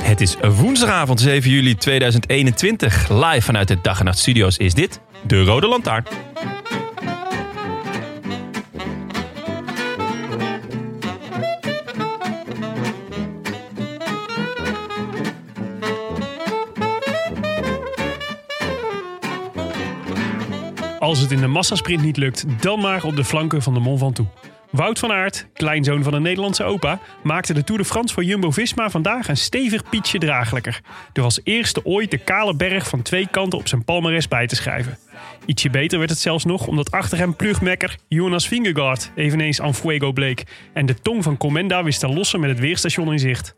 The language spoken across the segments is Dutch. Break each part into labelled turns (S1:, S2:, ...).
S1: Het is woensdagavond 7 juli 2021. Live vanuit de Dag en Nacht Studio's is dit de Rode Lantaarn.
S2: Als het in de massasprint niet lukt, dan maar op de flanken van de Mont Ventoux. Wout van Aert, kleinzoon van een Nederlandse opa, maakte de Tour de France voor Jumbo-Visma vandaag een stevig pietje draaglijker. Door als eerste ooit de kale berg van twee kanten op zijn palmares bij te schrijven. Ietsje beter werd het zelfs nog omdat achter hem plugmekker Jonas Vingegaard eveneens aan fuego bleek. En de tong van Comenda wist te lossen met het weerstation in zicht.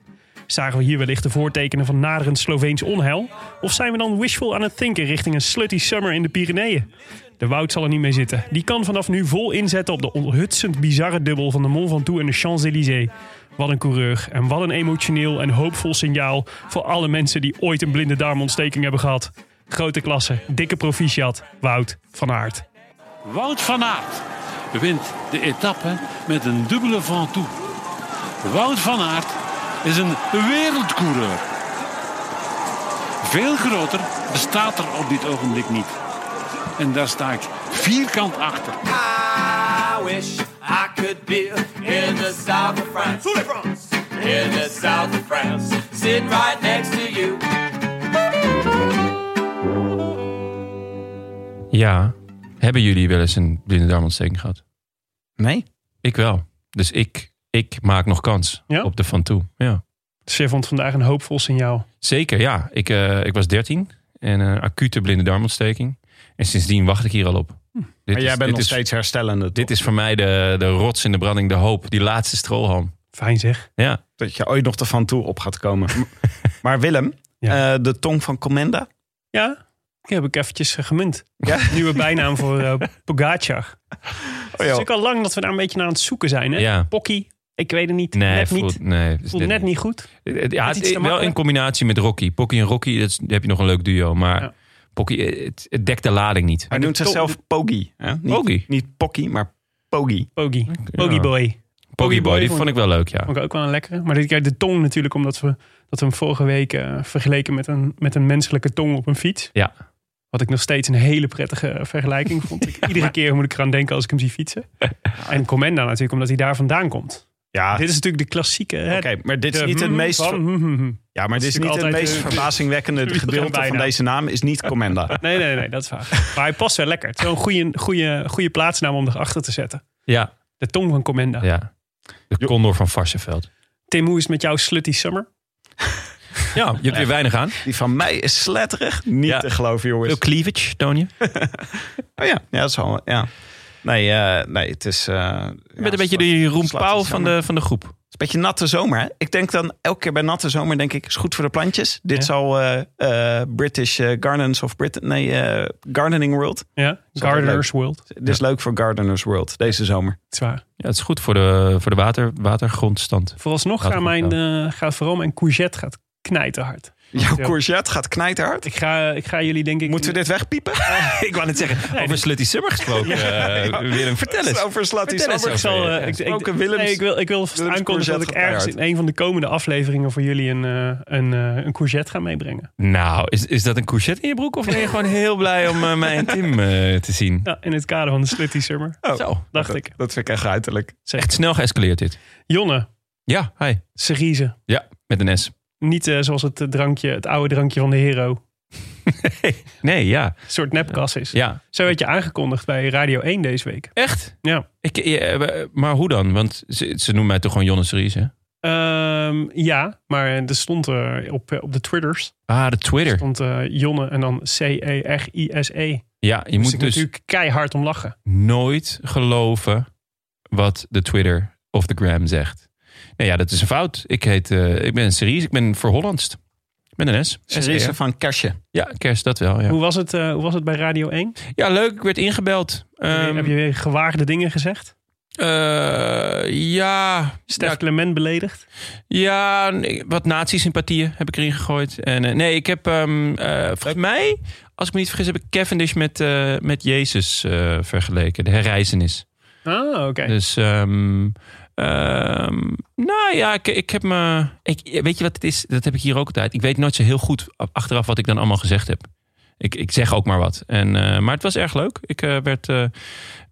S2: Zagen we hier wellicht de voortekenen van naderend Sloveens onheil? Of zijn we dan wishful aan het denken richting een slutty summer in de Pyreneeën? De Wout zal er niet mee zitten. Die kan vanaf nu vol inzetten op de onthutsend bizarre dubbel van de Mont Ventoux en de Champs-Élysées. Wat een coureur en wat een emotioneel en hoopvol signaal voor alle mensen die ooit een blinde darmontsteking hebben gehad. Grote klasse, dikke proficiat, Wout van Aert.
S3: Wout van Aert wint de etappe met een dubbele van toe. Wout van Aert is een wereldcoureur. Veel groter bestaat er op dit ogenblik niet. En daar sta ik vierkant achter.
S4: I wish I could be in the south of France. In the south of France. Sitting right next to you.
S1: Ja, hebben jullie wel eens een blinde darmontsteking gehad?
S5: Nee?
S1: Ik wel. Dus ik, ik maak nog kans
S2: Ja?
S1: op de Van Toe. Ja.
S2: Sir vond vandaag een hoopvol signaal.
S1: Zeker, ja. Ik, eh, ik was 13 en een acute blinde darmontsteking. En sindsdien wacht ik hier al op. Dit
S5: Maar jij
S1: is-
S5: bent
S1: dit
S5: nog
S1: is-
S5: steeds herstellende.
S1: Dit is voor mij de, de rots in de branding, de hoop. Die laatste strohalm.
S2: Fijn zeg.
S1: Ja.
S5: Dat je ooit nog er van toe op gaat komen. maar Willem,
S2: Ja.
S5: eh, de tong van Comenda.
S2: Ja, die heb ik eventjes eh, gemunt.
S5: Ja?
S2: Nieuwe bijnaam voor eh Pogacar.
S5: Oh,
S2: Het
S5: joh.
S2: is ook al lang dat we daar een beetje naar aan het zoeken zijn. Hè?
S1: Ja.
S2: Pocky, ik weet het niet.
S1: Nee,
S2: net
S1: voelt,
S2: niet.
S1: nee, het is
S2: Voelt net niet goed.
S1: Het- Eh, Ja,
S2: Met
S1: het,
S2: iets te
S1: wel
S2: maken?
S1: in combinatie met Rocky. Pocky en Rocky, dat is, heb je nog een leuk duo. Maar
S2: Ja.
S1: Pocky, eh, het, het dekt de lading niet.
S5: Hij
S2: de
S5: noemt
S2: tong-
S5: zichzelf Pogi. hè? Niet,
S1: Pogi?
S5: Niet Pocky, maar Pogi.
S2: Pogi. Pogi boy.
S1: Pocky Boy, die
S2: vond-
S1: vond ik wel leuk, ja.
S2: Vond ik ook wel een lekkere. Maar dit keer de tong natuurlijk, omdat we, dat we hem vorige week eh, vergeleken met een, met een menselijke tong op een fiets.
S1: Ja,
S2: Wat ik nog steeds een hele prettige vergelijking vond. Ik, iedere keer moet ik eraan denken als ik hem zie fietsen. En Comenda natuurlijk, omdat hij daar vandaan komt.
S5: Ja,
S2: Dit is natuurlijk de klassieke. hè,
S5: Oké, maar dit is
S2: de
S5: niet het
S2: hmm
S5: meest
S2: van
S5: ver-
S2: hmm, hmm, hmm.
S5: ja, maar dit is
S2: natuurlijk
S5: niet het
S2: altijd,
S5: meest
S2: eh,
S5: verbazingwekkende
S2: Willemijn
S5: gedeelte van
S2: bijna.
S5: deze naam. Is niet Comenda.
S2: Nee, nee, nee, dat is waar. Maar hij past wel lekker. Het is wel een goede, goede, goede plaatsnaam om erachter te zetten.
S1: ja,
S2: De tong van Comenda.
S1: ja. De Condor van Varsenveld.
S2: Tim, hoe is het met jouw slutty summer?
S1: Ja, je hebt weer weinig aan.
S5: Die van mij is sletterig. Niet
S1: Ja.
S5: te geloven, jongens.
S1: Veel cleavage, toon je. Je
S5: Oh ja, ja dat is wel... Ja. Nee, eh, nee, het is... eh, ja,
S1: bent een beetje
S5: sla-
S1: de Jeroen
S5: slaat
S1: Pauw
S5: iets
S1: van
S5: aan.
S1: de, van de groep.
S5: Het is een beetje natte zomer. Hè? Ik denk dan elke keer bij natte zomer denk ik, is goed voor de plantjes. Dit
S2: Ja.
S5: zal eh, eh, British eh, Gardens of Britain, nee, eh, Gardening World.
S2: Ja,
S5: altijd
S2: Gardener's World. Dat
S5: Dit is leuk voor Gardeners World deze zomer.
S2: is waar.
S1: Ja, het is goed voor de, voor de water, watergrondstand.
S2: Vooralsnog
S1: Gaat
S2: gaan
S1: goed,
S2: mijn, eh gaat vooral mijn courgette gaat knijterhard.
S5: Jouw
S2: Ja.
S5: courgette gaat knijterhard.
S2: Ik ga, ik ga jullie denk ik...
S5: Moeten we dit wegpiepen?
S1: ik wou net zeggen, over Slutty Summer gesproken, eh, Willem. Vertel eens.
S5: Over slaat die
S1: Vertel eens
S5: zomer.
S2: Ik zal, eh,
S1: Ja,
S2: ik, ik,
S5: gesproken Willems-
S2: nee, ik wil, ik wil vast
S5: Willems
S2: aankondigen dat ik
S5: courgette gaat
S2: ergens in
S5: keihard.
S2: een van de komende afleveringen voor jullie een, eh, een, eh, een courgette ga meebrengen.
S1: Nou, is, is dat een courgette in je broek? Of ben je gewoon heel blij om eh, mij en Tim eh, te zien?
S2: Ja, in het kader van de Slitty Summer,
S5: Oh,
S1: Zo,
S2: dacht ik.
S5: Dat vind ik echt uiterlijk.
S1: echt snel geëscaleerd dit.
S2: Jonne,
S1: Ja, hi.
S2: Cerise.
S1: Ja, met een S.
S2: Niet eh, zoals het eh, drankje, het oude drankje van de hero.
S1: Nee, ja.
S2: Een soort nepkas is.
S1: ja.
S2: Zo werd je aangekondigd bij Radio 1 deze week.
S1: Echt? eh,
S2: Ja.
S1: Ik, eh, maar hoe dan? Want ze, ze noemen mij toch gewoon Jonne Series, hè?
S2: Ehm, ja, maar er stond eh, op, eh, op de Twitters.
S1: Ah, de Twitter.
S2: stond eh, Jonne en dan E C-E-R-I-S-E.
S1: Ja, je
S2: Moest
S1: moet
S2: ik
S1: dus
S2: natuurlijk keihard om lachen.
S1: nooit geloven wat de Twitter of de Gram zegt. Nou ja, dat is een fout. Ik, heet, eh, ik ben serieus, ik ben voor Hollandst. Ik ben een S.
S5: Series
S1: SER.
S5: van Kersje.
S1: Ja, kerst, dat wel. Ja,
S2: Hoe, was het, eh, hoe was het bij Radio 1?
S1: ja leuk, ik werd ingebeld. Ehm,
S2: Heb je weer gewaagde dingen gezegd?
S1: eh, ja,
S2: Stef
S1: ja,
S2: Clement beledigd?
S1: Ja, nee, wat nazi-sympathieën heb ik erin gegooid. En, eh, nee, ik heb ehm, eh, volgens mij, als ik me niet vergis, heb ik Cavendish met, eh, met Jezus eh, vergeleken. De herrijzenis.
S2: Ah, oké.
S1: Dus, ehm, ehm, nou ja, ik, ik heb me... Ik, weet je wat het is? Dat heb ik hier ook altijd. Ik weet nooit zo heel goed achteraf wat ik dan allemaal gezegd heb. Ik, ik zeg ook maar wat. En, eh, maar het was erg leuk. Ik eh, werd eh,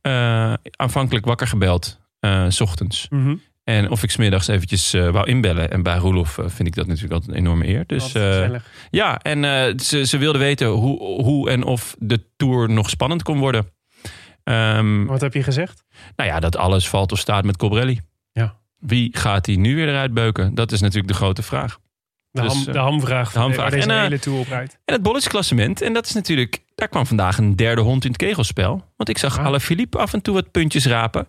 S1: eh, aanvankelijk wakker gebeld, eh, s ochtends.
S2: Mhm.
S1: En of ik smiddags eventjes eh, wou inbellen. En bij Roelof eh, vind ik dat natuurlijk altijd een enorme eer. Dus
S2: Altijd
S1: eh,
S2: gezellig.
S1: ja, en eh, ze, ze wilden weten hoe, hoe en of de tour nog spannend kon worden. Ehm,
S2: Wat heb je gezegd?
S1: nou ja, dat alles valt of staat met Cobrelli.
S2: Ja.
S1: Wie gaat die nu weer eruit beuken? Dat is natuurlijk de grote vraag.
S2: De,
S1: Dus,
S2: ham,
S1: eh,
S2: de hamvraag van
S1: hamvraag.
S2: waar deze
S1: En, eh,
S2: hele tour op rijdt.
S1: En het bolletjesklassement, en dat is natuurlijk... Daar kwam vandaag een derde hond in het kegelspel. Want ik zag
S2: Ah.
S1: Alaphilippe af en toe wat puntjes rapen.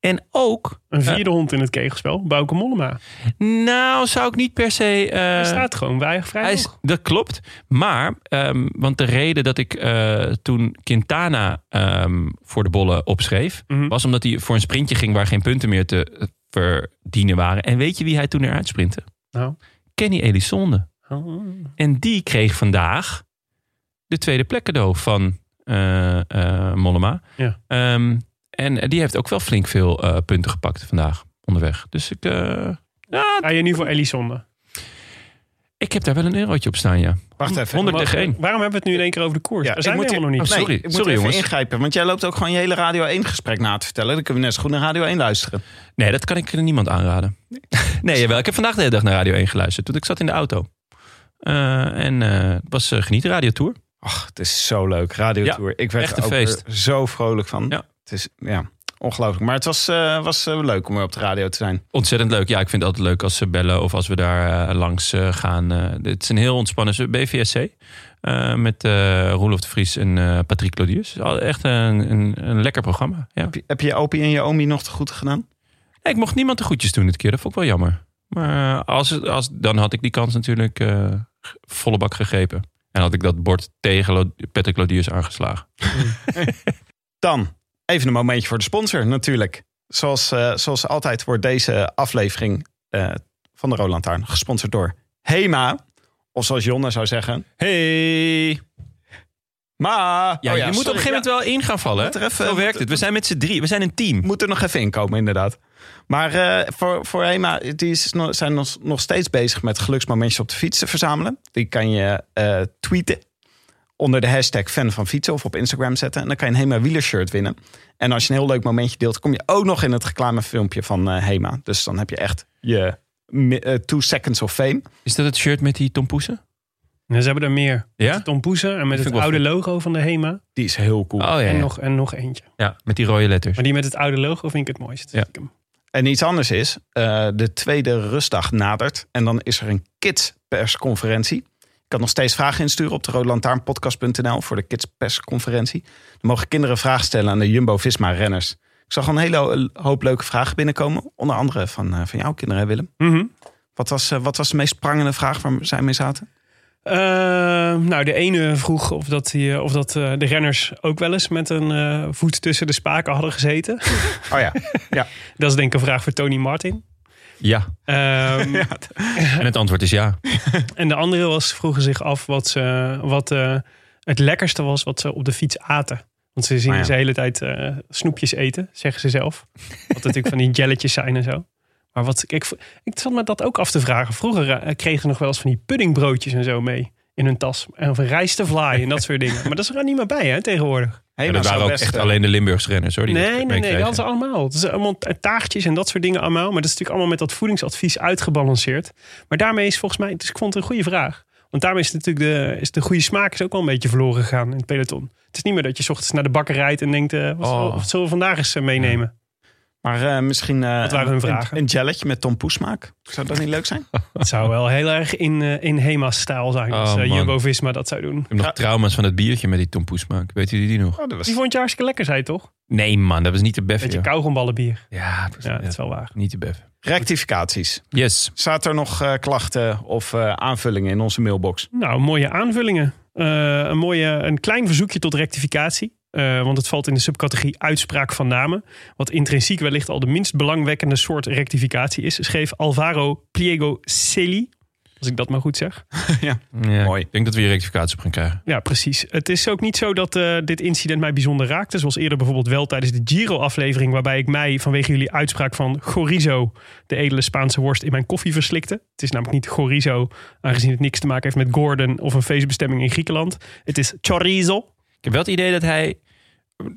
S1: En ook...
S2: Een vierde hond in het kegelspel, Bouke
S1: Eh,
S2: Mollema.
S1: Nou, zou ik niet per se... eh,
S2: Hij staat gewoon bij vrij
S1: Hij is-
S2: hoog.
S1: dat klopt. Maar, ehm, want de reden dat ik eh, toen Quintana ehm, voor de bollen opschreef...
S2: Mhm.
S1: was omdat hij voor een sprintje ging waar geen punten meer te eh, verdienen waren. En weet je wie hij toen eruit sprintte?
S2: Nou.
S1: Kenny Elissonde.
S2: Oh.
S1: En die kreeg vandaag de tweede plek cadeau van eh, eh, Mollema.
S2: Ja.
S1: Ehm, en die heeft ook wel flink veel eh, punten gepakt vandaag onderweg. Dus ik, eh, ja,
S2: Ga je nu voor Elisonde?
S1: ik heb daar wel een eurotje op staan, ja.
S5: Wacht even.
S1: 100
S2: Maar eh,
S1: tegen 1.
S2: Waarom hebben we het nu in één keer over de koers?
S5: Ja,
S2: Daar zijn
S5: ik
S2: we
S5: moet
S2: helemaal nog
S5: hier-
S2: niet.
S1: Oh, sorry,
S5: Nee, ik moet
S1: sorry,
S5: even
S1: jongens.
S5: ingrijpen. Want jij loopt ook gewoon je hele Radio 1 gesprek na te vertellen. Dan kunnen we net zo goed naar Radio 1 luisteren.
S1: Nee, dat kan ik niemand aanraden. Nee, jawel. Ik heb vandaag de hele dag naar Radio 1 geluisterd. Toen ik zat in de auto. Eh, en eh, het was eh, genieten radiotour.
S5: Ach, het is zo leuk. Radio
S1: Ja,
S5: Tour. Ik werd
S1: echt
S5: er
S1: een
S5: ook
S1: feest.
S5: weer zo vrolijk van.
S1: Ja.
S5: Het is ja, ongelooflijk. Maar het was, eh, was eh, leuk om weer op de radio te zijn.
S1: Ontzettend leuk. Ja, ik vind het altijd leuk als ze bellen of als we daar eh, langs eh, gaan. Eh, het is een heel ontspannen ze- BVSC. eh, met eh Roelof de Vries en eh, Patrick Lodius. Al- Echt een, een, een lekker programma. Ja.
S5: Heb je, heb je je opie en je omi nog te goed gedaan?
S1: Nee, ik mocht niemand de goedjes doen dit keer. Dat vond ik wel jammer. Maar eh, als, het- als, dan had ik die kans natuurlijk eh, g- volle bak gegrepen. En had ik dat bord tegen Lo- Patrick Lodius aangeslagen.
S5: Dan even een momentje voor de sponsor natuurlijk. Zoals, eh, zoals altijd wordt deze aflevering eh, van de Roland Taarn gesponsord door Hema. Of zoals Jonne zou zeggen.
S1: Hey.
S5: Ma!
S1: Ja,
S5: Oh
S1: je moet op
S5: sorry.
S1: een gegeven moment wel in gaan vallen.
S5: Moet er even-
S1: Zo werkt het. We zijn met z'n drie. We zijn een team.
S5: moet er nog even inkomen, inderdaad. Maar eh, voor, voor Hema, die is, nog- zijn nog, nog steeds bezig met geluksmomentjes op de fiets te verzamelen. Die kan je eh, tweeten onder de hashtag fan van fietsen of op Instagram zetten. En dan kan je een Hema wielershirt winnen. En als je een heel leuk momentje deelt, kom je ook nog in het reclamefilmpje van eh, Hema. Dus dan heb je echt je mi- eh, two seconds of fame.
S1: Is dat het shirt met die tompoesen?
S2: Nee, ze hebben er meer.
S1: Oh. Ja?
S2: Tom Poeser en met
S1: vind
S2: het
S1: ik wel
S2: oude logo van de HEMA.
S5: Die is heel cool.
S1: Oh ja,
S2: En,
S1: ja.
S2: nog, en nog eentje.
S1: ja. Met die rode letters.
S2: Maar die met het oude logo vind ik het mooist.
S1: Ja.
S2: Stiekem.
S5: En iets anders is, eh, de tweede rustdag nadert. En dan is er een kidspersconferentie. Je kan nog steeds vragen insturen op de roodlantaarnpodcast.nl voor de kidspersconferentie. Dan mogen kinderen vragen stellen aan de Jumbo-Visma-renners. Ik zag al een hele ho- hoop leuke vragen binnenkomen. Onder andere van, eh, van jouw kinderen, hè, Willem.
S2: Mhm.
S5: Wat was, eh, wat was de meest prangende vraag waar zij mee zaten?
S2: Eh, nou, de ene vroeg of, dat die, eh, of dat, eh, de renners ook wel eens met een eh, voet tussen de spaken hadden gezeten.
S5: Oh ja,
S2: Dat is denk ik een vraag voor Tony Martin.
S1: Ja.
S2: Ehm,
S1: En het antwoord is ja.
S2: En de andere was, vroegen zich af wat, ze, wat eh, het lekkerste was wat ze op de fiets aten. Want ze zien
S5: Ah, ja.
S2: ze de hele tijd eh, snoepjes eten, zeggen ze zelf. Wat natuurlijk van die jelletjes zijn en zo. Maar wat, ik, ik zat me dat ook af te vragen. Vroeger eh, kregen ze nog wel eens van die puddingbroodjes en zo mee in hun tas. En of rijst te vlaai en dat soort dingen. Maar dat is er al niet meer bij hè, tegenwoordig.
S1: En
S5: helemaal
S1: dat waren ook
S5: eh,
S1: echt alleen de Limburgs renners hoor. Die dat
S2: Nee, nee, nee,
S1: meekregen.
S2: dat hadden ze allemaal. Het is allemaal taartjes en dat soort dingen allemaal. Maar dat is natuurlijk allemaal met dat voedingsadvies uitgebalanceerd. Maar daarmee is volgens mij, dus ik vond het een goede vraag. Want daarmee is natuurlijk de, is de goede smaak is ook wel een beetje verloren gegaan in het peloton. Het is niet meer dat je 's ochtends naar de bakker rijdt en denkt, eh, wat,
S1: Oh.
S2: zullen, we- wat zullen we vandaag eens eh, meenemen?
S5: Maar eh, misschien eh,
S2: waren hun
S5: een,
S2: vragen?
S5: een jelletje met Tom Poesmaak. Zou dat niet leuk zijn?
S2: Het zou wel heel erg in, eh, in HEMA-stijl zijn. als
S1: Oh,
S2: eh,
S1: man.
S2: Jumbo-Visma dat zou doen.
S1: heb nog trauma's van het biertje met die Tom Poesmaak. Weet jullie die nog?
S5: Oh, dat was...
S2: Die vond je hartstikke lekker, zei je toch?
S1: Nee, man, dat was niet te beffen.
S2: Beetje
S1: joh.
S2: kauwgomballenbier.
S1: Ja, dat was-
S2: Ja, dat
S1: ja,
S2: is wel waar.
S1: niet te beffen.
S5: Rectificaties.
S1: Yes.
S5: Zaten er nog eh, klachten of eh, aanvullingen in onze mailbox?
S2: Nou, mooie aanvullingen. Eh, een, mooie, een klein verzoekje tot rectificatie. Eh, want het valt in de subcategorie uitspraak van namen. Wat intrinsiek wellicht al de minst belangwekkende soort rectificatie is. Schreef Alvaro Pliego Celi. Als ik dat maar goed zeg.
S1: Ja,
S5: Mooi.
S1: Ik denk dat we hier rectificaties op gaan krijgen.
S2: Ja, precies. Het is ook niet zo dat eh, dit incident mij bijzonder raakte. Zoals eerder bijvoorbeeld wel tijdens de Giro-aflevering... waarbij ik mij vanwege jullie uitspraak van chorizo... de edele Spaanse worst in mijn koffie verslikte. Het is namelijk niet chorizo... aangezien het niks te maken heeft met Gordon... of een feestbestemming in Griekenland. Het is chorizo.
S1: Ik heb wel het idee dat hij,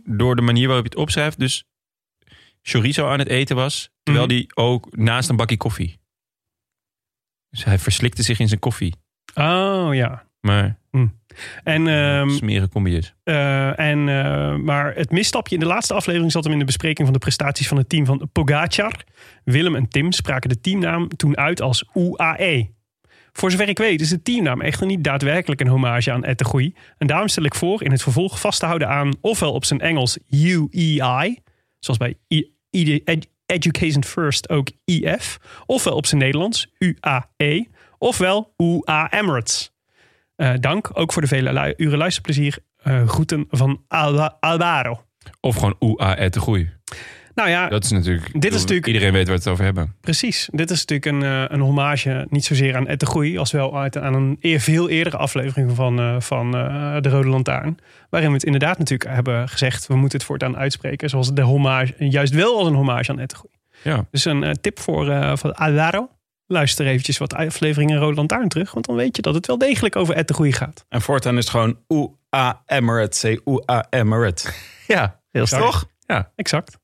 S1: door de manier waarop je het opschrijft, dus chorizo aan het eten was. Terwijl
S2: Mhm.
S1: hij ook naast een bakje koffie. Dus hij verslikte zich in zijn koffie.
S2: Oh, ja.
S1: Maar
S2: En, ehm,
S1: smeren combi is.
S2: eh, en, eh, maar het misstapje in de laatste aflevering... zat hem in de bespreking van de prestaties van het team van Pogacar. Willem en Tim spraken de teamnaam toen uit als UAE. Voor zover ik weet is de teamnaam echter niet daadwerkelijk een hommage aan Ettegoei. En daarom stel ik voor in het vervolg vast te houden aan ofwel op zijn Engels UEI, zoals bij I- I- Ed- Education First ook IF, ofwel op zijn Nederlands UAE, ofwel UA Emirates. Eh, dank ook voor de vele lu- uren luisterplezier. Eh, groeten van Alba- Alvaro.
S1: Of gewoon oea et de groei.
S2: Nou ja,
S1: Dat is natuurlijk.
S2: Dit is natuurlijk-
S1: Iedereen weet waar we het over hebben.
S2: Precies. Dit is natuurlijk een, eh, een hommage, niet zozeer aan Ed de Groei, als wel uit, aan een eer, veel eerdere aflevering van, eh, van eh, De Rode Lantaarn. Waarin we het inderdaad natuurlijk hebben gezegd, we moeten het voortaan uitspreken. Zoals de hommage, juist wel als een hommage aan Ed de Groei.
S1: Ja.
S2: Dus een eh, tip voor eh van Alvaro. Luister eventjes wat afleveringen Rode Lantaarn terug, want dan weet je dat het wel degelijk over Ed de Groei gaat.
S5: En voortaan is het gewoon UA Emirates. Say UA Emirates.
S1: Ja.
S2: Heel
S5: Toch?
S2: Exact.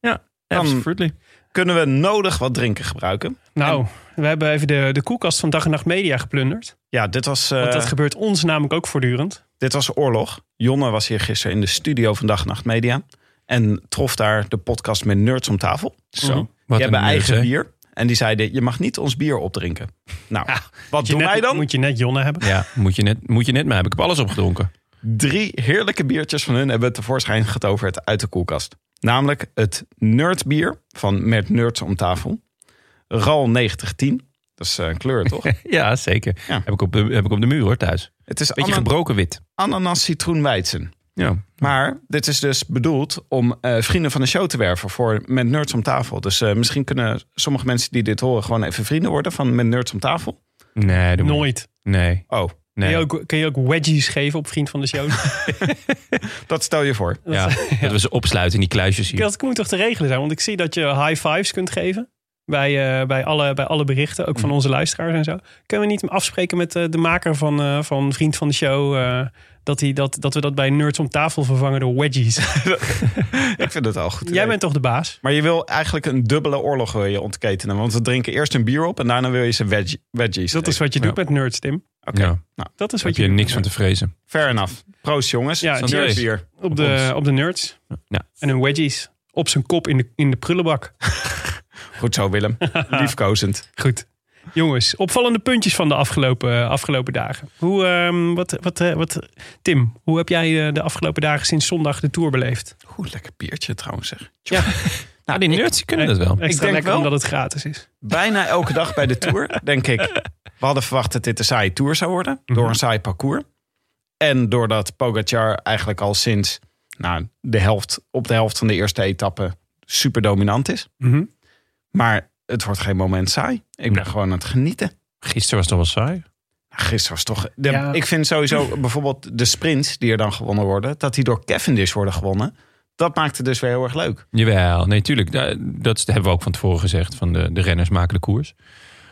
S1: Absolutely.
S5: Kunnen we nodig wat drinken gebruiken?
S2: Nou, we hebben even de, de koelkast van Dag en Nacht Media geplunderd.
S5: Ja, dit was, eh,
S2: Want dat gebeurt ons namelijk ook voortdurend.
S5: dit was oorlog. Jonne was hier gisteren in de studio van Dag en Nacht Media. En trof daar de podcast met Nerds om tafel.
S1: Zo. Wat
S5: Die
S1: een
S5: hebben
S1: nerd,
S5: eigen
S1: hè?
S5: bier. En die zeiden, je mag niet ons bier opdrinken. Nou, wat
S2: Moet je
S5: doen
S2: net-
S5: wij dan?
S2: Moet je net Jonne hebben.
S1: Ja, moet je, net, moet je net maar hebben. Ik heb alles opgedronken.
S5: Drie heerlijke biertjes van hun hebben we tevoorschijn getoverd uit de koelkast. Namelijk het Nerdbier van Met Nerds om tafel. RAL 9010. Dat is eh, een kleur, toch?
S1: Ja, zeker.
S5: Ja.
S1: Heb, ik op de, heb ik op de muur hoor thuis.
S5: Het is
S1: Beetje
S5: anan-
S1: gebroken wit.
S5: ananas citroen weizen.
S1: Ja.
S5: Maar dit is dus bedoeld om eh, vrienden van de show te werven voor Met Nerds om tafel. Dus eh, misschien kunnen sommige mensen die dit horen gewoon even vrienden worden van Met Nerds om tafel.
S1: Nee, doe maar.
S2: Nooit.
S1: Nee.
S5: Oh,
S1: nee.
S2: Kun, je ook, kun je ook wedgies geven op Vriend van de Show?
S5: dat stel je voor.
S1: Ja, dat we ze opsluiten in die kluisjes hier.
S2: dat moet toch te regelen zijn? Want ik zie dat je high fives kunt geven. Bij, eh, bij, alle, bij alle berichten, ook
S1: Mm.
S2: van onze luisteraars en zo. Kunnen we niet afspreken met eh, de maker van, eh, van Vriend van de Show... eh, dat, hij dat, dat we dat bij Nerds om tafel vervangen door wedgies?
S5: Ik vind het al goed.
S2: Jij bent toch de baas?
S5: Maar je wil eigenlijk een dubbele oorlog wil je ontketenen. Want we drinken eerst een bier op en daarna wil je ze veg- veggies.
S2: Dat is wat je doet met Nerds, Tim.
S5: Oké.
S1: Ja.
S2: Dat is
S1: Heb
S2: wat je,
S1: je
S2: doet
S1: niks van
S2: met
S1: te vrezen.
S5: fair enough. Proost jongens.
S2: Ja,
S5: Zo'n
S1: cheers.
S5: bier.
S2: nerds. op de, op de Nerds.
S1: Ja.
S2: En hun wedgies. Op zijn kop in de, in de prullenbak.
S5: Goed zo Willem. Liefkozend.
S2: Goed. Jongens, opvallende puntjes van de afgelopen, afgelopen dagen. Hoe, ehm, wat, wat, eh, wat, Tim, hoe heb jij eh, de afgelopen dagen sinds zondag de Tour beleefd?
S5: Goed lekker biertje trouwens zeg.
S1: Nou, die nerds die kunnen dat wel.
S2: Extra
S5: denk
S2: lekker
S5: wel.
S2: omdat het gratis is.
S5: Bijna elke dag bij de Tour denk ik. We hadden verwacht dat dit een saaie Tour zou worden.
S1: Mhm.
S5: Door een saai parcours. En doordat Pogacar eigenlijk al sinds nou, de helft, op de helft van de eerste etappe super dominant is.
S1: Mhm.
S5: Maar het wordt geen moment saai. Ik ben
S1: Nee.
S5: gewoon aan het genieten.
S1: Gisteren was het wel saai.
S5: Nou, Gisteren was toch. de-
S2: Ja.
S5: Ik vind sowieso bijvoorbeeld de sprints die er dan gewonnen worden, dat die door Cavendish worden gewonnen. Dat maakt het dus weer heel erg leuk.
S1: Jawel, nee, tuurlijk. Da- Dat is- hebben we ook van tevoren gezegd. Van de, de renners maken de koers.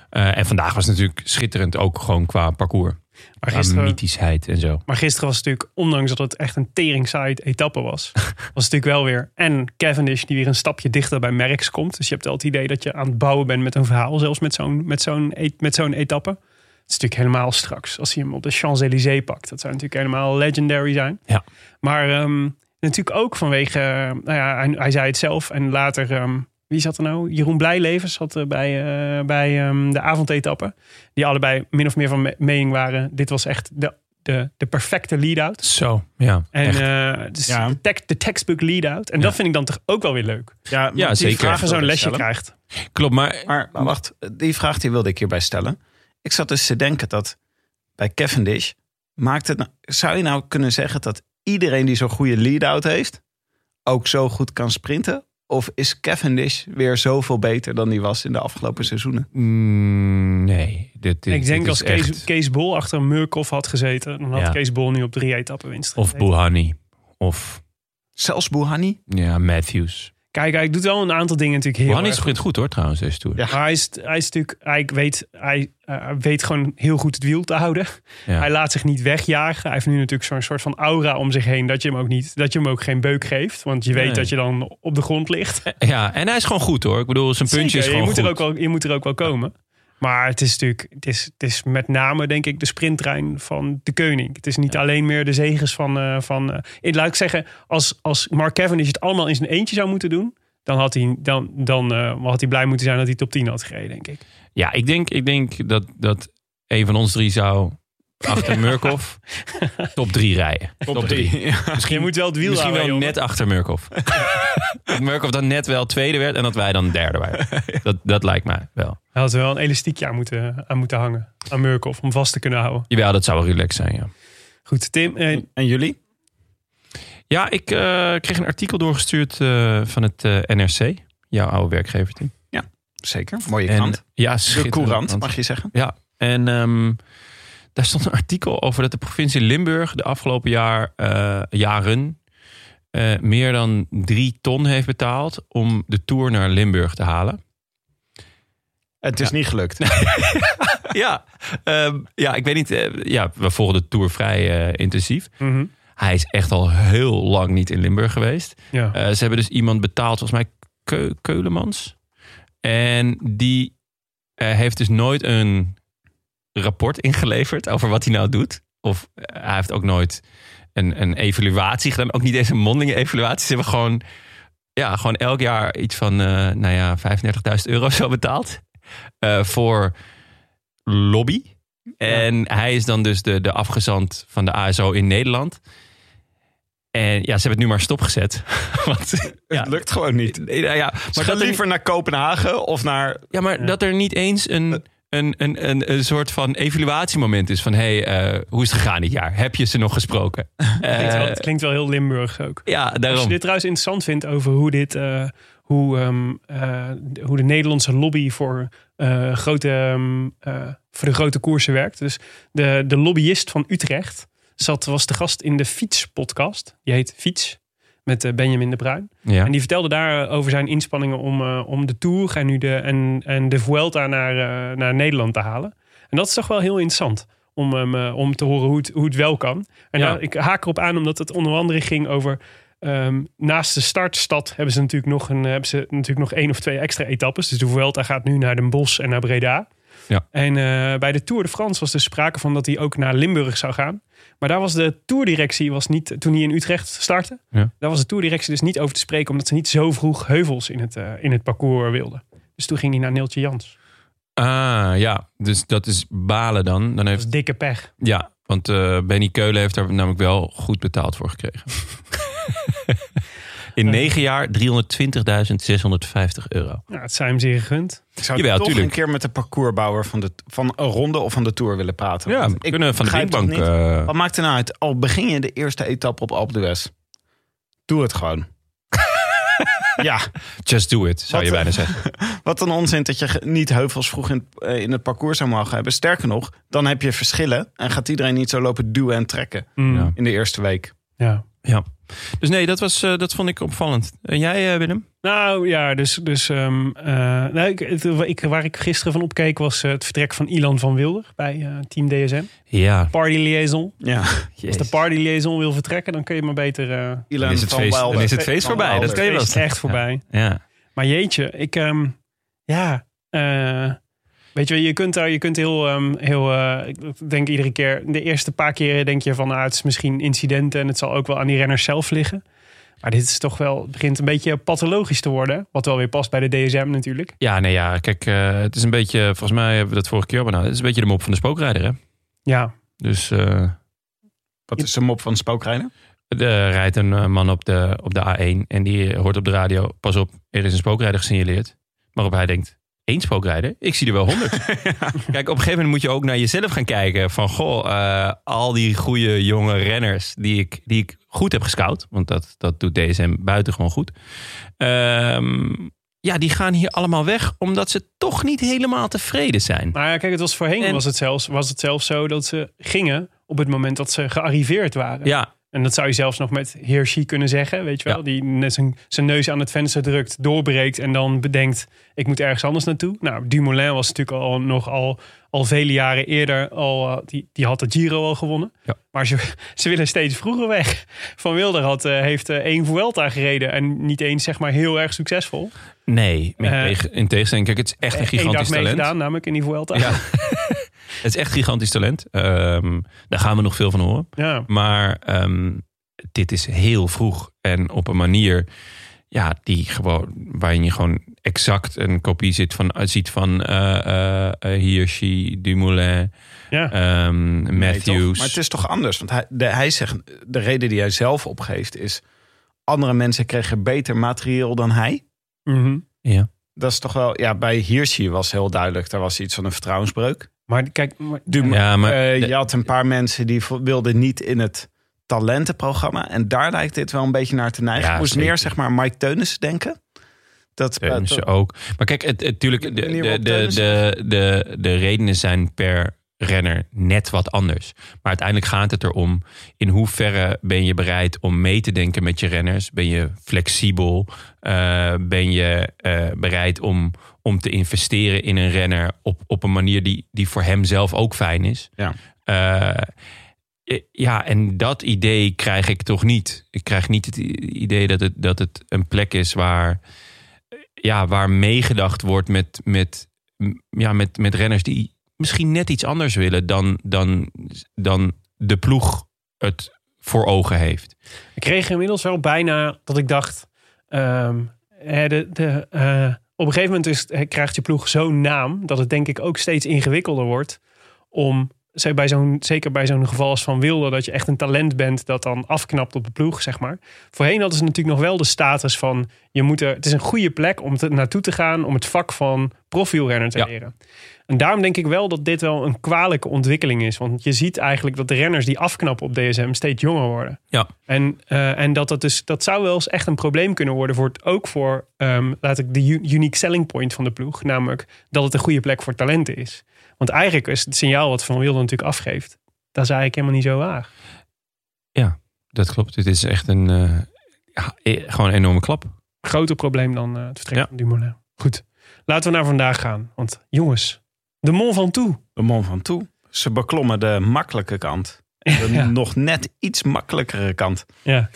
S1: Eh, en vandaag was het natuurlijk schitterend ook gewoon qua parcours.
S2: Maar
S1: Qua
S2: gisteren,
S1: mythischheid en zo.
S2: maar gisteren was het natuurlijk, ondanks dat het echt een teringsaai etappe was, was het natuurlijk wel weer. En Cavendish die weer een stapje dichter bij Merckx komt. Dus je hebt wel het idee dat je aan het bouwen bent met een verhaal, zelfs met zo'n, met zo'n, e- met zo'n etappe. Het is natuurlijk helemaal straks, als hij hem op de Champs-Élysées pakt. Dat zou natuurlijk helemaal legendary zijn.
S1: Ja.
S2: Maar ehm, natuurlijk ook vanwege, eh, nou ja, hij, hij zei het zelf en later ehm, Wie zat er nou? Jeroen Blijlevens zat eh, bij, eh, bij ehm, de avondetappen. Die allebei min of meer van me- mening waren. Dit was echt de, de, de perfecte lead-out.
S1: Zo, ja.
S2: En
S1: echt.
S2: eh, het is
S5: Ja.
S2: de, tech- de textbook lead-out. En dat vind ik dan toch ook wel weer leuk.
S5: Ja,
S1: Ja, zeker.
S2: Vragen zo'n lesje krijgt.
S1: Klopt, maar
S5: Maar wacht, die vraag die wilde ik hierbij stellen. Ik zat dus te denken dat bij Cavendish... Maakt het nou- zou je nou kunnen zeggen dat iedereen die zo'n goede lead-out heeft... ook zo goed kan sprinten? Of is Cavendish weer zoveel beter dan die was in de afgelopen seizoenen?
S1: mm, nee. Dit, dit-
S2: ik denk
S1: dit
S2: als
S1: is
S2: Kees,
S1: echt-
S2: Kees Bol achter Murkoff had gezeten... dan had
S1: Ja.
S2: Kees Bol nu op drie etappen winst
S1: Of
S2: gezeten.
S1: Buhani. Of
S5: Zelfs Bouhanni?
S1: ja, Matthews.
S2: Kijk, hij doet wel een aantal dingen natuurlijk heel
S1: Buhani
S2: erg
S1: sprint goed hoor trouwens deze Tour.
S5: Ja.
S2: Maar hij is, hij is natuurlijk, hij weet, hij eh, weet gewoon heel goed het wiel te houden.
S1: Ja.
S2: Hij laat zich niet wegjagen. Hij heeft nu natuurlijk zo'n soort van aura om zich heen dat je hem ook niet, dat je hem ook geen beuk geeft, want je weet
S1: Nee.
S2: dat je dan op de grond ligt.
S1: Ja, en hij is gewoon goed hoor. Ik bedoel, zijn puntje
S2: Zeker,
S1: is gewoon
S2: je moet
S1: goed.
S2: er ook wel, je moet er ook wel komen. Maar het is natuurlijk, het is, het is met name denk ik de sprinttrein van de koning. Het is niet alleen meer de zegens van, eh, van eh, ik- laat ik zeggen, als, als Mark Cavendish het allemaal in zijn eentje zou moeten doen, dan had hij, dan, dan eh, had hij blij moeten zijn dat hij top 10 had gereden, denk ik.
S1: Ja, ik denk, ik denk dat, dat een van ons drie zou achter Murkoff top drie rijden. Top drie.
S2: Misschien, je moet wel het wiel
S1: Misschien wel
S2: houden, joh.
S1: net achter Murkoff. dat Murkoff dan net wel tweede werd en dat wij dan derde waren. Dat, dat lijkt mij wel.
S2: Hij had er wel een elastiekje aan moeten, aan moeten hangen. Aan Murkoff, om vast te kunnen houden.
S1: Jawel, dat zou wel relaxed zijn, ja.
S2: Goed, Tim. eh,
S5: En jullie?
S1: Ja, ik eh, kreeg een artikel doorgestuurd eh, van het eh, NRC. Jouw oude werkgever, Tim.
S5: Zeker. Mooie
S1: En,
S5: krant.
S1: ja,
S5: De
S1: schitterend.
S5: courant,
S1: Want-
S5: mag je zeggen.
S1: Ja, en ehm, daar stond een artikel over dat de provincie Limburg de afgelopen jaar, eh, jaren eh, meer dan drie ton heeft betaald om de tour naar Limburg te halen.
S5: Het is niet gelukt.
S1: Ja, ehm, ja ik weet niet. eh, ja, we volgen de tour vrij eh, intensief.
S2: mhm,
S1: Hij is echt al heel lang niet in Limburg geweest.
S2: ja.
S1: Eh, ze hebben dus iemand betaald, volgens mij Keu- Keulemans. En die eh, heeft dus nooit een rapport ingeleverd over wat hij nou doet. Of eh, hij heeft ook nooit een, een evaluatie gedaan. Ook niet eens een mondelinge evaluatie. Ze hebben gewoon, ja, gewoon elk jaar iets van eh, nou ja, 35.000 euro of zo betaald. eh, voor lobby. En hij is dan dus de, de afgezant van de ASO in Nederland. En ja, ze hebben het nu maar stopgezet. Want ja,
S5: Het lukt gewoon niet.
S1: Nee, nou ja,
S5: Maar
S1: maar dat er,
S5: liever naar Kopenhagen of naar...
S1: ja, maar dat er niet eens een, een, een, een, een soort van evaluatiemoment is van hé, hey, eh, hoe is het gegaan dit jaar? Heb je ze nog gesproken?
S2: klinkt wel,
S1: Eh,
S2: het klinkt wel heel Limburgs ook.
S1: ja,
S2: Als je
S1: daarom.
S2: dit trouwens interessant vindt over hoe dit... eh, hoe, ehm, eh, de- hoe de Nederlandse lobby voor, eh, grote, ehm, eh, voor de grote koersen werkt. Dus de, de lobbyist van Utrecht zat, was de gast in de Fiets-podcast. Die heet Fiets, met eh, Benjamin de Bruin.
S1: Ja.
S2: En die vertelde daar eh, over zijn inspanningen om, eh, om de Tour en, nu de, en, en de Vuelta naar, eh, naar Nederland te halen. En dat is toch wel heel interessant om, hem, eh, om te horen hoe het, hoe het wel kan. En
S1: Ja.
S2: daar- ik haak erop aan omdat het onder andere ging over... ehm, naast de startstad hebben ze, natuurlijk nog een, eh, hebben ze natuurlijk nog één of twee extra etappes. Dus de Vuelta gaat nu naar Den Bosch en naar Breda.
S1: Ja.
S2: En eh, bij de Tour de France was er sprake van dat hij ook naar Limburg zou gaan. Maar daar was de tourdirectie was niet, toen hij in Utrecht startte, daar was de toerdirectie dus niet over te spreken, omdat ze niet zo vroeg heuvels in het, eh, in het parcours wilden. Dus toen ging hij naar Neeltje Jans.
S1: Ah, ja. Dus dat is balen dan. dan
S2: Dat
S1: heeft,
S2: is dikke pech.
S1: ja, want eh, Benny Keulen heeft daar namelijk wel goed betaald voor gekregen. In negen jaar 320.650 euro.
S2: Nou, het zijn hem zeer gegund.
S5: Ik zou
S1: Jawel,
S5: toch
S1: tuurlijk.
S5: een keer met de parcoursbouwer van, de, van een ronde of van de Tour willen praten.
S1: Ja,
S5: Want
S1: we kunnen van de
S5: begrijp toch
S1: drinkbank...
S5: niet-
S1: eh,
S5: Wat maakt er nou uit? Al begin je de eerste etappe op Alpe d'Huez. Doe het gewoon. ja,
S1: just do it, zou
S5: Wat,
S1: je
S5: eh,
S1: bijna zeggen.
S5: wat een onzin dat je ge- niet heuvels vroeg in, eh, in het parcours zou mogen hebben. Sterker nog, dan heb je verschillen en gaat iedereen niet zo lopen duwen en trekken
S2: Mm,
S1: Ja.
S2: ja.
S5: in de eerste week.
S1: Dus nee, dat, was, eh, dat vond ik opvallend. En jij, eh, Willem?
S2: Nou ja, dus, dus ehm, eh, nou, ik, het- ik, waar ik gisteren van opkeek was eh, het vertrek van Ilan van Wilder bij eh, Team DSM.
S1: Ja.
S2: Party liaison.
S5: Ja,
S2: Als de party liaison wil vertrekken, dan kun je maar beter... eh
S5: Ilan
S1: is het feest-
S5: Wilder.
S1: dan is het feest
S5: Van
S1: voorbij, dat
S5: Wilder.
S1: kan je wel
S2: is echt voorbij.
S1: Ja.
S2: Maar jeetje, ik... ehm, ja, eh, weet je, wel, je kunt, daar, je kunt heel... ehm, heel eh, ik denk iedere keer... De eerste paar keren denk je van... Ah, het is misschien incidenten en het zal ook wel aan die renners zelf liggen. Maar dit is toch wel, het begint een beetje pathologisch te worden. Wat wel weer past bij de DSM natuurlijk.
S1: Ja, nee, ja. Kijk, eh, het is een beetje, volgens mij hebben we dat vorige keer al benaderd. Het is een beetje de mop van de spookrijder, hè?
S2: Ja,
S1: Dus eh,
S5: Wat is een mop van spookrijden?
S1: er rijdt een eh, man op de, op de A1 en die hoort op de radio, pas op, er is een spookrijder gesignaleerd. Waarop hij denkt, één spookrijder? Ik zie er wel honderd. Kijk, op een gegeven moment moet je ook naar jezelf gaan kijken van, goh, eh, al die goede jonge renners die ik, die ik goed heb gescout, want dat, dat doet DSM buitengewoon goed. Ehm, ja, die gaan hier allemaal weg omdat ze toch niet helemaal tevreden zijn.
S2: Maar Nou ja, kijk, het was voorheen
S1: En-
S2: was, het zelfs, was het zelfs zo dat ze gingen op het moment dat ze gearriveerd waren.
S1: Ja,
S2: En dat zou je zelfs nog met Hershey kunnen zeggen, weet je wel.
S1: Ja.
S2: Die net zijn, zijn neus aan het venster drukt, doorbreekt en dan bedenkt... ik moet ergens anders naartoe. Nou, Dumoulin was natuurlijk al, nog al, al vele jaren eerder... Al, eh, die, die had de Giro al gewonnen.
S1: Ja.
S2: Maar ze, ze willen steeds vroeger weg. Van Wilder had, eh, heeft eh, één Vuelta gereden... en niet eens zeg maar heel erg succesvol.
S1: nee. maar
S2: Eh,
S1: in tege- in tegenstelling, kijk, het is echt een
S2: Eén dag
S1: gigantisch talent.
S2: meegedaan namelijk in die Vuelta.
S1: Ja. het is echt gigantisch talent. Ehm, daar gaan we nog veel van horen.
S2: ja.
S1: Maar ehm, dit is heel vroeg en op een manier ja, die gewoon, waarin je gewoon exact een kopie zit van, ziet van eh eh, eh, Hirschi, Dumoulin,
S2: ja.
S1: ehm, Matthews.
S5: Nee, toch? maar het is toch anders? Want hij, de, hij zegt, de reden die hij zelf opgeeft is... andere mensen kregen beter materieel dan hij.
S2: Mhm.
S1: ja.
S5: Dat is toch wel... Ja, bij Hirschi was heel duidelijk. Daar was iets van een vertrouwensbreuk.
S2: Maar kijk, maar,
S1: ja, maar
S5: Eh,
S1: de-
S5: je had een paar mensen die vo- wilden niet in het talentenprogramma. En daar lijkt dit wel een beetje naar te neigen.
S1: Ja,
S5: Moest
S1: zeker.
S5: meer, zeg maar, Mike Teunissen denken. Dat, eh,
S1: Teunissen
S5: dat-
S1: ook. Maar kijk, het, het, tuurlijk, de,
S5: De manier
S1: de,
S5: waarop
S1: de,
S5: Teunissen-
S1: de, de, de redenen zijn per renner net wat anders. Maar uiteindelijk gaat het erom... in hoeverre ben je bereid om mee te denken met je renners? Ben je flexibel? Eh, ben je eh, bereid om, om te investeren in een renner... op, op een manier die, die voor hem zelf ook fijn is?
S5: Ja.
S1: Eh, eh, ja, en dat idee krijg ik toch niet. Ik krijg niet het i- idee dat het, dat het een plek is waar, eh, ja, waar meegedacht wordt met, met, m, ja, met, met renners die misschien net iets anders willen dan, dan, dan de ploeg het voor ogen heeft.
S2: Ik kreeg inmiddels wel bijna dat ik dacht. ehm, hè, de, de, eh, op een gegeven moment is, hè, krijgt je ploeg zo'n naam dat het denk ik ook steeds ingewikkelder wordt om. ze- Bij zo'n, zeker bij zo'n geval als van Wilder, dat je echt een talent bent dat dan afknapt op de ploeg, zeg maar. Voorheen hadden ze natuurlijk nog wel de status van: je moet er, het is een goede plek om te, naartoe te gaan om het vak van profielrenner te
S1: Ja.
S2: leren. En daarom denk ik wel dat dit wel een kwalijke ontwikkeling is. Want je ziet eigenlijk dat de renners die afknappen op DSM steeds jonger worden.
S1: Ja,
S2: En, eh, en dat, dat, dus, dat zou wel eens echt een probleem kunnen worden. Voor het, ook voor, ehm, laat ik de u- unique selling point van de ploeg. Namelijk dat het een goede plek voor talenten is. Want eigenlijk is het signaal wat Van Wilder natuurlijk afgeeft. Dat is eigenlijk helemaal niet zo waar.
S1: dat klopt. Het is echt een, eh, ja, eh, gewoon een enorme klap.
S2: Groter probleem dan eh, het vertrek
S1: Ja.
S2: van Dumoulin. Goed, laten we naar vandaag gaan. Want jongens, de Mont Ventoux.
S5: de man van toe. Ze beklommen de makkelijke kant. De
S2: Ja.
S5: nog net iets makkelijkere kant.
S2: Ja,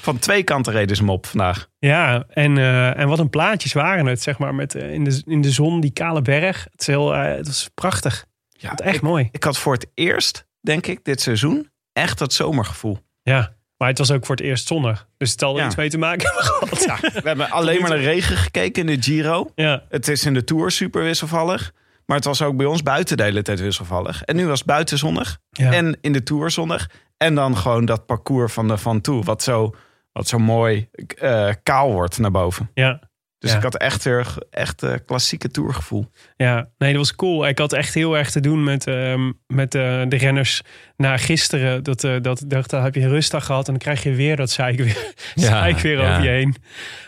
S5: Van twee kanten reden ze hem op vandaag.
S2: ja en, eh, en wat een plaatjes waren het. Zeg maar, met, eh, in, de, in de zon, die kale berg. Het, is heel, eh, het was prachtig.
S5: Ja,
S2: Het was echt
S5: ik,
S2: mooi.
S5: ik had voor het eerst, denk ik, dit seizoen echt dat zomergevoel.
S2: Ja, maar het was ook voor het eerst zonnig. Dus het had er
S5: Ja.
S2: iets mee te maken hebben gehad. Ja.
S5: We hebben alleen maar naar regen gekeken in de Giro.
S2: Ja.
S5: Het is in de Tour super wisselvallig. Maar het was ook bij ons buiten de hele tijd wisselvallig. En nu was het buiten zonnig. En in de Tour zonnig. En dan gewoon dat parcours van de Van Toe. Wat zo, wat zo mooi eh, kaal wordt naar boven.
S2: ja.
S5: Dus
S2: Ja.
S5: ik had echt weer echt eh, klassieke tourgevoel.
S2: Ja. nee, dat was cool. Ik had echt heel erg te doen met, ehm, met eh, de renners na gisteren. Dat, eh, dat, dacht, dan heb je een rustdag gehad en dan krijg je weer dat zeik weer,
S1: Ja,
S2: zeik weer
S1: ja.
S2: over je heen.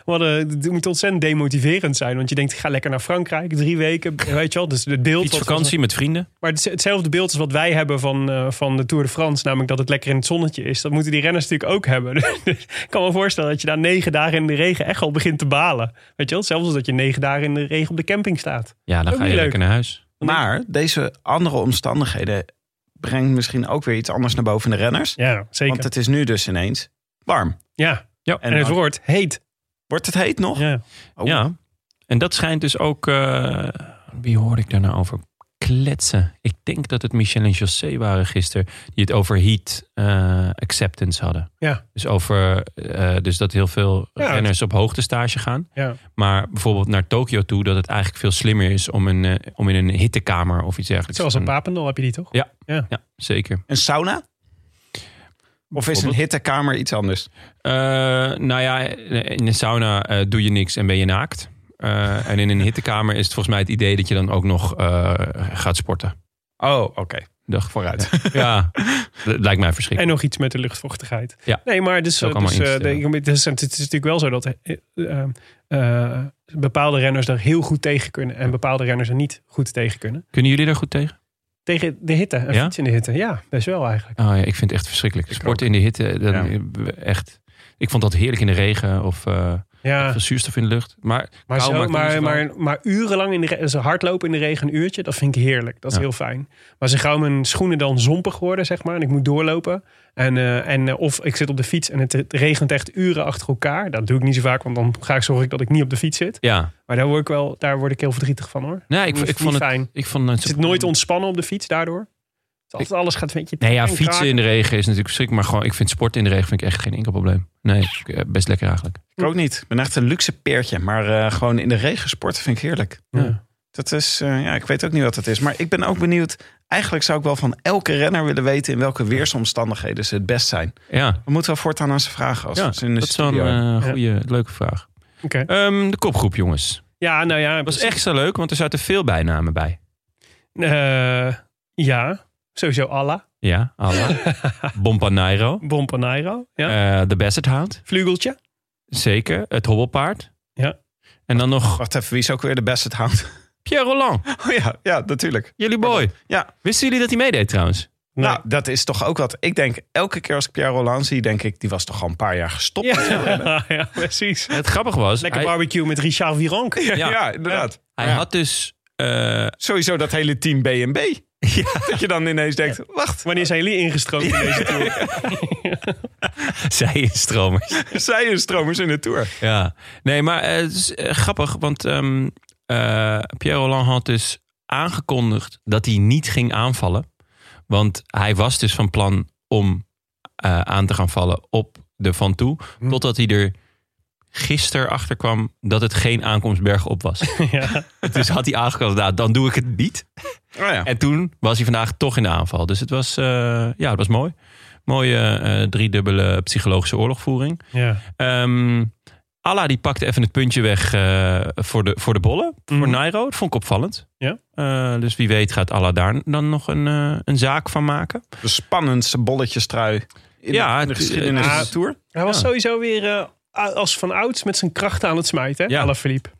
S2: Wat, eh, het moet ontzettend demotiverend zijn. Want je denkt, ik ga lekker naar Frankrijk, drie weken. Weet je wel, dus het beeld...
S1: Iets
S2: wat-
S1: vakantie met vrienden.
S2: Maar het is hetzelfde beeld als wat wij hebben van, eh, van de Tour de France. Namelijk dat het lekker in het zonnetje is. Dat moeten die renners natuurlijk ook hebben. Dus ik kan me voorstellen dat je daar negen dagen in de regen echt al begint te balen. Weet je wel? Zelfs als dat je negen dagen in de regen op de camping staat.
S1: Ja, dan
S2: Ook
S1: ga je
S2: niet
S1: lekker
S2: leuk.
S1: naar huis.
S5: Maar deze andere omstandigheden brengt misschien ook weer iets anders naar boven in de renners.
S2: Ja, zeker.
S5: Want het is nu dus ineens warm.
S2: ja.
S1: Ja,
S2: En, het wordt heet.
S5: Wordt het heet nog?
S2: Ja.
S5: Oh.
S1: Ja, en dat schijnt dus ook. eh, wie hoorde ik daar nou over? kletsen. Ik denk dat het Michel en José waren gisteren. Die het over heat eh, acceptance hadden.
S2: Ja.
S1: Dus, over, eh, dus dat heel veel
S2: Ja, het-
S1: renners op hoogtestage gaan.
S2: Ja.
S1: Maar bijvoorbeeld naar Tokio toe, dat het eigenlijk veel slimmer is om, een, eh, om in een hittekamer of iets dergelijks
S2: Zoals een
S1: gaan.
S2: papendal heb je die toch?
S1: Ja, zeker.
S5: Een sauna? Of is een
S1: Bijvoorbeeld.
S5: hittekamer iets anders?
S1: Eh, nou ja, in een sauna eh, doe je niks en ben je naakt. Eh, en in een hittekamer is het volgens mij het idee dat je dan ook nog eh, gaat sporten.
S5: Oh, oké.
S1: Dag vooruit. Ja, dat lijkt mij verschrikkelijk.
S2: En nog iets met de luchtvochtigheid.
S1: Ja.
S2: Nee, maar dus,
S1: Ook
S2: eh,
S1: allemaal
S2: dus, eh,
S1: instellen.
S2: denk ik, het is, het is natuurlijk wel zo dat eh, eh, eh, bepaalde renners daar heel goed tegen kunnen en bepaalde renners er niet goed tegen kunnen.
S1: Kunnen jullie daar goed tegen?
S2: Tegen de hitte, een
S1: Ja?
S2: fiets in de hitte. Ja, best wel eigenlijk.
S1: Oh ja, ik vind het echt verschrikkelijk.
S5: Ik
S1: Sporten in de hitte, dan echt. Ik vond dat heerlijk in de regen of eh,
S2: Ja,
S1: veel zuurstof in de lucht. Maar,
S2: maar,
S1: kou
S2: zo, maar,
S1: maakt niet
S2: maar,
S1: zoveel uit.
S2: maar, urenlang in de re- ze hardlopen in de regen een uurtje, dat vind ik heerlijk. Dat is
S1: Ja.
S2: heel fijn. Maar ze gauw mijn schoenen dan zompig worden, zeg maar, en ik moet doorlopen. En, eh, en, eh, of ik zit op de fiets en het regent echt uren achter elkaar. Dat doe ik niet zo vaak, want dan ga ik zorg ik dat ik niet op de fiets zit.
S1: ja,
S2: Maar daar word ik wel, daar word ik heel verdrietig van hoor.
S1: nee, ik,
S2: Niet-
S1: ik vond
S2: niet
S1: het.
S2: fijn.
S1: Ik vond het
S2: Ik zit nooit ontspannen op de fiets daardoor. Het is altijd alles gaat een beetje...
S1: Nee, ja,
S2: en
S1: fietsen
S2: kraken.
S1: in de regen is natuurlijk verschrikkelijk. Maar gewoon, ik vind sporten in de regen vind ik echt geen enkel probleem. Nee, ik, eh, best lekker eigenlijk.
S5: Ik ook niet. Ik ben echt een luxe peertje. Maar eh, gewoon in de regen sporten vind ik heerlijk.
S2: Ja.
S5: Dat is, eh, ja, ik weet ook niet wat dat is. Maar ik ben ook benieuwd. Eigenlijk zou ik wel van elke renner willen weten in welke weersomstandigheden ze het best zijn.
S1: Ja,
S5: We moeten wel voortaan aan ze vragen als
S1: ja
S5: we ze in de
S1: dat is wel een
S5: studio hebben.
S1: eh, goede, leuke vraag.
S2: Oké.
S1: Ehm, de kopgroep, jongens.
S2: Ja, nou ja.
S1: Dat was echt zo leuk, want er zaten veel bijnamen bij.
S2: Eh, ja, sowieso Allah.
S1: Ja, Allah. Bompanairo.
S2: Bon Panairo. Ja.
S1: eh, de Basset Hound.
S2: Vlugeltje.
S1: Zeker. Het hobbelpaard.
S2: Ja.
S1: En dan nog
S5: Wacht even, wie is ook weer de best het houdt?
S1: Pierre Roland.
S5: Oh ja, ja, natuurlijk.
S1: Jullie boy.
S5: Ja.
S1: Wisten jullie dat hij meedeed trouwens?
S2: Nee.
S5: Nou, dat is toch ook wat. Ik denk, elke keer als ik Pierre Roland zie, denk ik, die was toch al een paar jaar gestopt.
S2: Ja, ja, precies.
S1: Het grappige was,
S2: Lekker
S1: hij,
S2: barbecue met Richard Vironk.
S5: Ja,
S1: ja,
S5: inderdaad.
S1: hij
S5: Ja.
S1: had dus... eh,
S5: Sowieso dat hele team B&B. Dat je dan ineens denkt, wacht,
S2: Wanneer zijn jullie ingestroomd in deze tour?
S1: zij instromers.
S5: zij een stromers in de Tour.
S1: Ja, nee, maar eh, het is eh, grappig, want ehm, eh, Pierre Roland had dus aangekondigd dat hij niet ging aanvallen. Want hij was dus van plan om eh, aan te gaan vallen op de Van Toe. Totdat hij er gisteren achter kwam dat het geen aankomstberg op was.
S2: ja.
S1: dus had hij aangekondigd, nou, dan doe ik het niet.
S5: Oh ja.
S1: En toen was hij vandaag toch in de aanval. Dus het was, eh, ja, het was mooi. Mooie eh, driedubbele psychologische oorlogvoering.
S2: ja.
S1: Ehm Alla die pakte even het puntje weg eh, voor, de, voor de bollen. Voor
S2: Mhm.
S1: Nairo. Dat vond ik opvallend.
S2: Ja.
S1: Eh, dus wie weet gaat Alla daar dan nog een, eh, een zaak van maken.
S5: De spannendste bolletjestrui in
S1: Ja,
S5: de, in de
S1: het-
S5: geschiedenis
S2: het-
S5: van de Tour.
S2: Hij was
S1: Ja.
S2: sowieso weer eh, als van ouds met zijn krachten aan het smijten.
S1: Ja.
S2: Ja. Allah Philippe.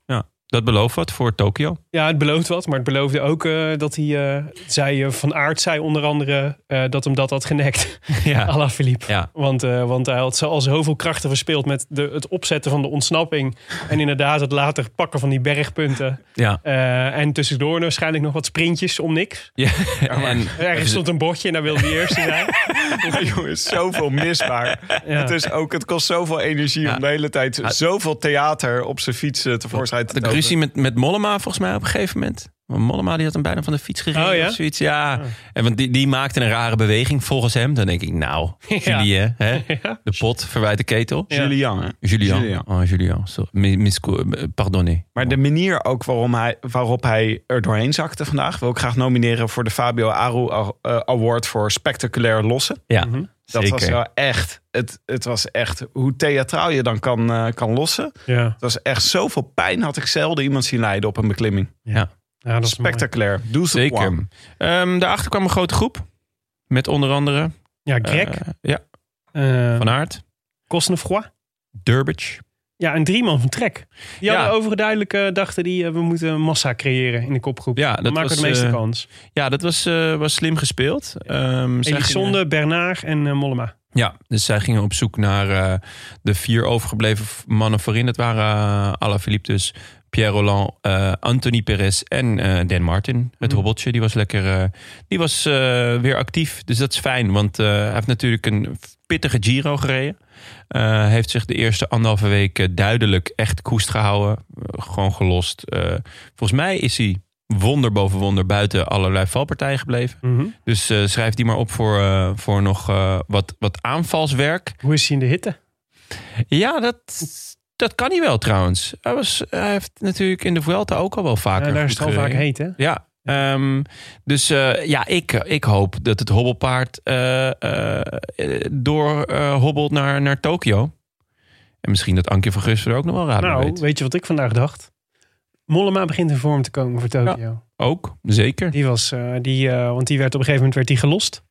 S1: Dat belooft wat voor Tokio.
S2: Ja, het belooft wat, maar het beloofde ook eh, dat hij, eh, zei eh, van aard zei onder andere eh, dat hem dat had genekt.
S1: ja.
S2: Ala Philippe.
S1: Ja.
S2: Want, eh, want hij had zo- al zoveel krachten verspeeld met de, het opzetten van de ontsnapping. En inderdaad het later pakken van die bergpunten.
S1: Ja.
S2: Eh, en tussendoor waarschijnlijk nog wat sprintjes om niks.
S1: ja. en,
S2: Ergens stond een bordje en daar wilde hij eerste zijn.
S5: Maar jongens, zoveel misbaar.
S2: Ja.
S5: Het, is ook, het kost zoveel energie
S1: Ja.
S5: om de hele tijd zoveel theater op zijn fiets eh, tevoorschijn te
S1: de
S5: toveren.
S1: ruzie met, met Mollema volgens mij op een gegeven moment. Want Mollema die had hem bijna van de fiets gereden
S2: Oh, ja?
S1: of zoiets. Ja. En want die, die maakte een rare beweging volgens hem. Dan denk ik, nou, Julien, hè? de pot verwijt de ketel.
S2: Ja.
S5: Julian, hè?
S1: Julian.
S5: Julian.
S1: Oh, Julian. Sorry. Mis- misco- eh, Pardonnez.
S5: Maar de manier ook waarom hij, waarop hij er doorheen zakte vandaag... wil ik graag nomineren voor de Fabio Aru A- eh, Award voor spectaculair lossen.
S1: Ja,
S5: Dat
S1: zeker.
S5: was wel echt... Het, het was echt hoe theatraal je dan kan, eh, kan lossen.
S2: Ja,
S5: Het was echt zoveel pijn had ik zelden iemand zien lijden op een beklimming.
S2: ja dat is mooi.
S5: Spectaculair. Doe ze
S1: Zeker.
S5: kwam.
S1: Ehm, daarachter kwam een grote groep. Met onder andere...
S2: Ja, Greg,
S1: eh, ja,
S2: eh
S1: Van Aert.
S2: Cosnefroy.
S1: Durbridge.
S2: Ja, een drieman van Trek. Die
S1: Ja.
S2: hadden overduidelijk eh, dachten die, eh, we moeten een massa creëren in de kopgroep.
S1: Ja,
S2: Dan
S1: dat
S2: maken we
S1: was,
S2: de meeste
S1: eh,
S2: kans.
S1: Ja, dat was, eh, was slim gespeeld. Ehm, zij
S2: Elisonde,
S1: gingen-
S2: Bernard en eh, Mollema.
S1: ja, dus zij gingen op zoek naar eh, de vier overgebleven v- mannen voorin. Dat waren eh, Alaphilippe dus, Pierre Roland, eh, Anthony Perez en eh, Dan Martin. Het
S2: Mm.
S1: hobbeltje, die was lekker... eh, die was eh, weer actief, dus dat is fijn. Want eh, hij heeft natuurlijk een pittige Giro gereden. Eh, heeft zich de eerste anderhalve week eh, duidelijk echt koest gehouden. Eh, gewoon gelost. Eh, volgens mij is hij wonder boven wonder buiten allerlei valpartijen gebleven. Dus eh, schrijf die maar op voor, eh, voor nog eh, wat, wat aanvalswerk.
S2: Hoe is hij in de hitte?
S1: Ja, dat, dat kan hij wel trouwens. Hij, was, hij heeft natuurlijk in de Vuelta ook al wel vaker.
S2: Ja, daar is
S1: goed eh,
S2: het al vaak
S1: gereden.
S2: heet, hè?
S1: Ja. ehm, dus eh, ja, ik, ik hoop dat het hobbelpaard eh, doorhobbelt eh, naar, naar Tokio. En misschien dat Anke van Gus er ook nog wel raad
S2: nou,
S1: nou,
S2: weet. je wat ik vandaag dacht? Mollema begint in vorm te komen voor Tokio.
S1: Ook, zeker.
S2: Die was, eh, die, eh, want die werd op een gegeven moment werd die gelost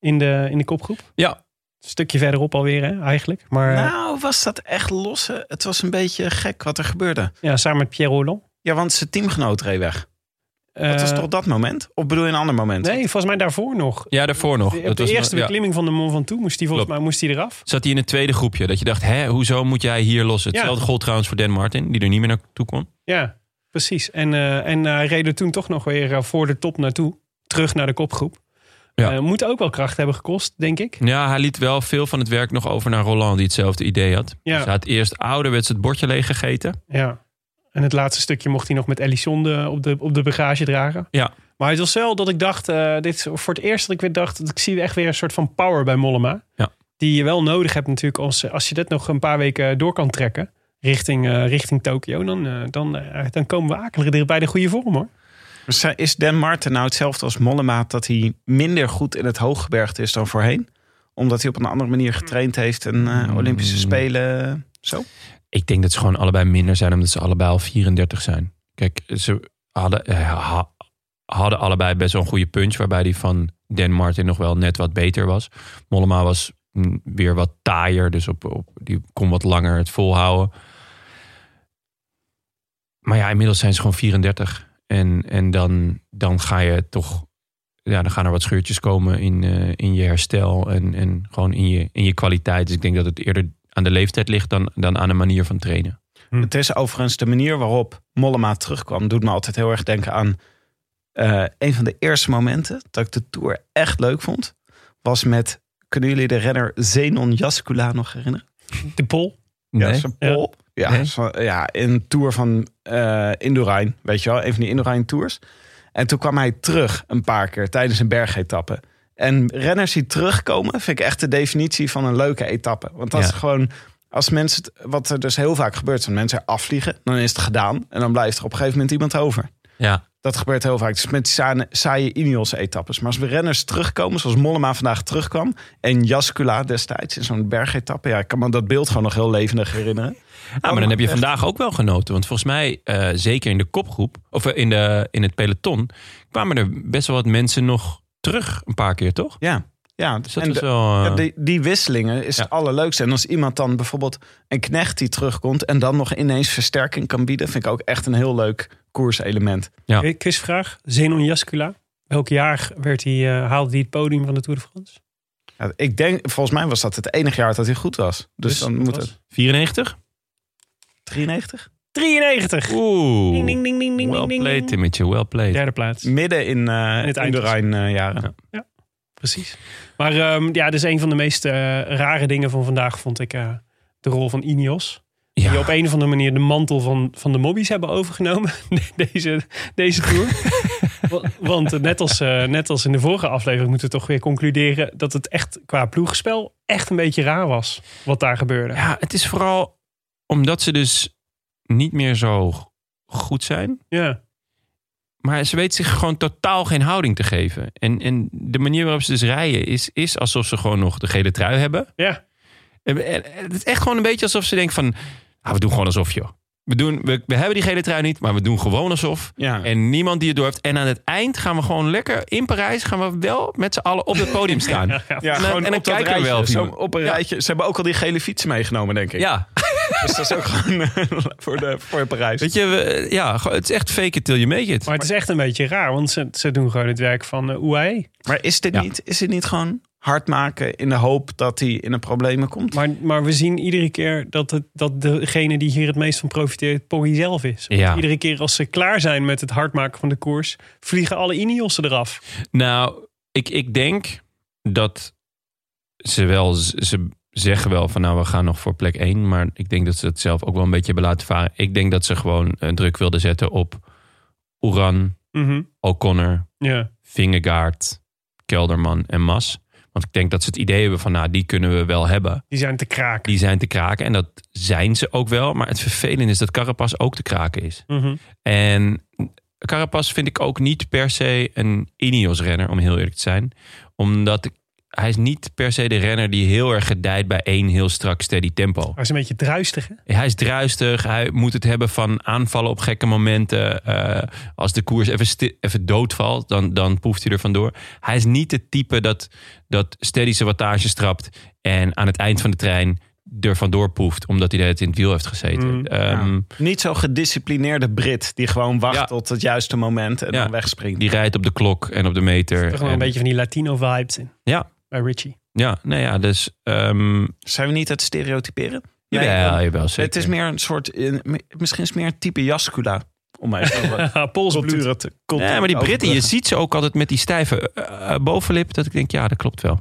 S2: in de, in de kopgroep.
S1: Ja.
S2: Een stukje verderop alweer, hè, eigenlijk. Maar eh,
S5: Nou, was dat echt losse? Het was een beetje gek wat er gebeurde.
S2: ja, samen met Pierre Roland.
S5: Ja, want zijn teamgenoot reed weg.
S2: Eh,
S5: Dat was toch dat moment? Of bedoel je een ander moment?
S2: Nee, volgens mij daarvoor nog.
S1: Ja, daarvoor nog.
S2: De- op
S1: Dat
S2: de
S1: was-
S2: eerste
S1: ja.
S2: beklimming van de Mont Ventoux moest hij volgens
S1: Klopt.
S2: mij moest hij eraf.
S1: Zat hij in het tweede groepje? Dat je dacht, hè, hoezo moet jij hier lossen?
S2: Ja.
S1: Hetzelfde gold trouwens voor Dan Martin, die er niet meer naartoe kon.
S2: Ja, precies. En, eh, en hij reed er toen toch nog weer eh, voor de top naartoe. Terug naar de kopgroep.
S1: Ja.
S2: Eh, moet ook wel kracht hebben gekost, denk ik.
S1: Ja, hij liet wel veel van het werk nog over naar Roland, die hetzelfde idee had.
S2: Ja.
S1: Dus hij had eerst ouderwets het bordje leeggegeten.
S2: Ja. En het laatste stukje mocht hij nog met Elisonde op de, op de bagage dragen.
S1: Ja.
S2: Maar het was wel dat ik dacht, eh, dit is voor het eerst dat ik weer dacht, dat ik zie echt weer een soort van power bij Mollema.
S1: Ja.
S2: Die je wel nodig hebt natuurlijk als, als je dit nog een paar weken eh, door kan trekken. Richting, eh, richting Tokio, dan, eh, dan, eh, dan komen we akelig dicht bij de goede vorm hoor.
S5: Dus zijn- Is Dan Martin nou hetzelfde als Mollema dat hij minder goed in het hooggebergte is dan voorheen? Omdat hij op een andere manier getraind heeft en
S2: Mm.
S5: eh, Olympische Spelen zo?
S1: Ik denk dat ze gewoon allebei minder zijn, omdat ze allebei al 34 zijn. Kijk, ze hadden, eh, ha- hadden allebei best wel een goede punch, waarbij die van Dan Martin nog wel net wat beter was. Mollema was mm, weer wat taaier, dus op, op, die kon wat langer het volhouden. Maar ja, inmiddels zijn ze gewoon 34. En, en dan, dan ga je toch. Ja, dan gaan er wat scheurtjes komen in, eh, in je herstel en, en gewoon in je, in je kwaliteit. Dus ik denk dat het eerder aan de leeftijd ligt dan, dan aan de manier van trainen.
S5: Het is overigens de manier waarop Mollema terugkwam, doet me altijd heel erg denken aan eh, een van de eerste momenten dat ik de tour echt leuk vond. Was met, kunnen jullie de renner Zenon Jascula nog herinneren?
S2: De Pol.
S5: Ja,
S1: Nee?
S5: zijn Pol. Ja,
S1: Nee.
S5: zo- ja, een tour van eh Indurain, weet je wel, een van die Indurain tours. En toen kwam hij terug een paar keer tijdens een bergetappe. En renners die terugkomen, vind ik echt de definitie van een leuke etappe. Want dat
S1: Ja.
S5: is gewoon, als mensen, het- wat er dus heel vaak gebeurt, is dat mensen er afvliegen, dan is het gedaan. En dan blijft er op een gegeven moment iemand over.
S1: Ja,
S2: Oh,
S5: Dat gebeurt heel vaak. Dus met die saaie, saaie Ineos-etappes. Maar als we renners terugkomen, zoals Mollema vandaag terugkwam... en Jascula destijds in zo'n bergetappe... ja, ik kan me dat beeld gewoon nog heel levendig herinneren.
S1: Ah, maar dan heb je vandaag ook wel genoten. Want volgens mij, eh, zeker in de kopgroep, of eh, in, de, in het peloton, kwamen er best wel wat mensen nog terug een paar keer, toch?
S5: Ja, ja.
S1: Dus dat
S5: en
S1: was
S5: de-
S1: wel... eh,
S5: ja, die, die wisselingen is
S1: Ja.
S5: het allerleukste. En als iemand dan bijvoorbeeld een knecht die terugkomt... en dan nog ineens versterking kan bieden... vind ik ook echt een heel leuk koerselement.
S1: Ja.
S2: Eh, Quizvraag, Zenon Jascula. Welk jaar werd hij, eh, haalde hij het podium van de Tour de
S1: Dus
S2: France?
S5: Ja, ik denk, volgens mij was dat het enige jaar dat hij goed was. Dus, dan
S2: dat
S5: moet
S2: was
S5: het...
S1: 94?
S5: 93?
S2: 93.
S1: Oeh,
S2: Ding, ding, ding, ding, ding,
S1: well
S2: ding, ding,
S1: played, Mm.
S2: ding.
S1: Timmetje, well played.
S2: Derde plaats.
S5: Midden in, eh
S2: het
S5: in
S2: eindje.
S5: de Rijn-jaren.
S2: Precies. Maar ehm, ja, dat is een van de meest eh, rare dingen van vandaag, vond ik. eh, de rol van Ineos.
S1: Ja.
S2: Die op een of andere manier de mantel van, van de mobbies hebben overgenomen. deze, deze tour. Wa- Want eh, net als, eh, net als in de vorige aflevering moeten we toch weer concluderen... dat het echt qua ploegspel echt een beetje raar was. Wat daar gebeurde.
S1: Ja, het is vooral omdat ze dus niet meer zo goed zijn.
S2: Ja.
S1: Maar ze weet zich gewoon totaal geen houding te geven. En, en de manier waarop ze dus rijden is, is alsof ze gewoon nog de gele trui hebben.
S2: Ja.
S1: En- en- en Het is echt gewoon een beetje alsof ze denkt van... ah, we doen gewoon alsof, joh. We, doen, we, we hebben die gele trui niet, maar we doen gewoon alsof.
S5: Ja.
S1: En niemand die het door heeft. En aan het eind gaan we gewoon lekker in Parijs... gaan we wel met z'n allen op het podium staan. Ja,
S5: Ja,
S1: En dan-
S5: gewoon
S1: en dan
S5: op dat
S1: kijken we
S5: rijtje.
S1: wel of
S5: Zo
S1: iemand-
S5: op een
S1: Ja.
S5: rijtje. Ze hebben ook al die gele fiets meegenomen, denk ik. Dus dat is ook gewoon eh, voor, de, voor Parijs.
S1: weet je, we, ja, gewoon- het is echt fake it till you make it.
S2: Maar het is echt een beetje raar. Want ze, ze doen gewoon het werk van eh, UAE.
S5: Maar is dit,
S1: Ja.
S5: niet, is dit niet gewoon hard maken in de hoop dat hij in de problemen komt?
S2: Maar, maar we zien iedere keer dat, het, dat degene die hier het meest van profiteert, Poggi zelf is. Want
S1: Ja.
S2: Iedere keer als ze klaar zijn met het hard maken van de koers, vliegen alle Ineossen eraf.
S1: Nou, ik, ik denk dat ze wel, ze zeggen wel van nou we gaan nog voor plek 1. Maar ik denk dat ze het zelf ook wel een beetje hebben laten varen. Ik denk dat ze gewoon eh, druk wilden zetten op Oeran,
S2: Mhm.
S1: O'Connor,
S2: Ja.
S1: Vingegaard, Kelderman en Mas. Want ik denk dat ze het idee hebben van, nou, die kunnen we wel hebben.
S2: Die zijn te kraken.
S1: Die zijn te kraken en dat zijn ze ook wel. Maar het vervelende is dat Carapas ook te kraken is.
S2: Mhm.
S1: En Carapas vind ik ook niet per se een Ineos-renner, om heel eerlijk te zijn. Omdat ik- hij is niet per se de renner die heel erg gedijt bij één heel strak steady tempo.
S2: Hij is een beetje druistig, hè?
S1: Hij is druistig, hij moet het hebben van aanvallen op gekke momenten. Eh, als de koers even, sti- even doodvalt, dan, dan proeft hij er vandoor. Hij is niet het type dat, dat steady zijn wattage trapt... en aan het eind van de trein er vandoor proeft... omdat hij het in het wiel heeft gezeten.
S5: Mm,
S1: Ehm,
S5: Niet zo'n gedisciplineerde Brit die gewoon wacht
S1: Ja.
S5: tot het juiste moment en
S1: Ja.
S5: dan wegspringt.
S1: Die rijdt op de klok en op de meter.
S2: Toch wel
S1: En-
S2: een beetje van die Latino-vibes in.
S1: Ja,
S2: Bij Richie.
S1: ja, nou ja, dus... ehm
S5: Zijn we niet het stereotyperen?
S1: jawel,
S5: dan-
S1: jawel, zeker.
S5: het is meer een soort, eh, m- misschien is het meer een type jascula. Om even wat
S2: Ah, Polsbloed.
S5: culturen te culturen
S1: Nee, maar die
S5: te
S1: Britten, je
S5: overbruggen.
S1: ziet ze ook altijd met die stijve eh, eh, bovenlip... dat ik denk, ja, dat klopt wel.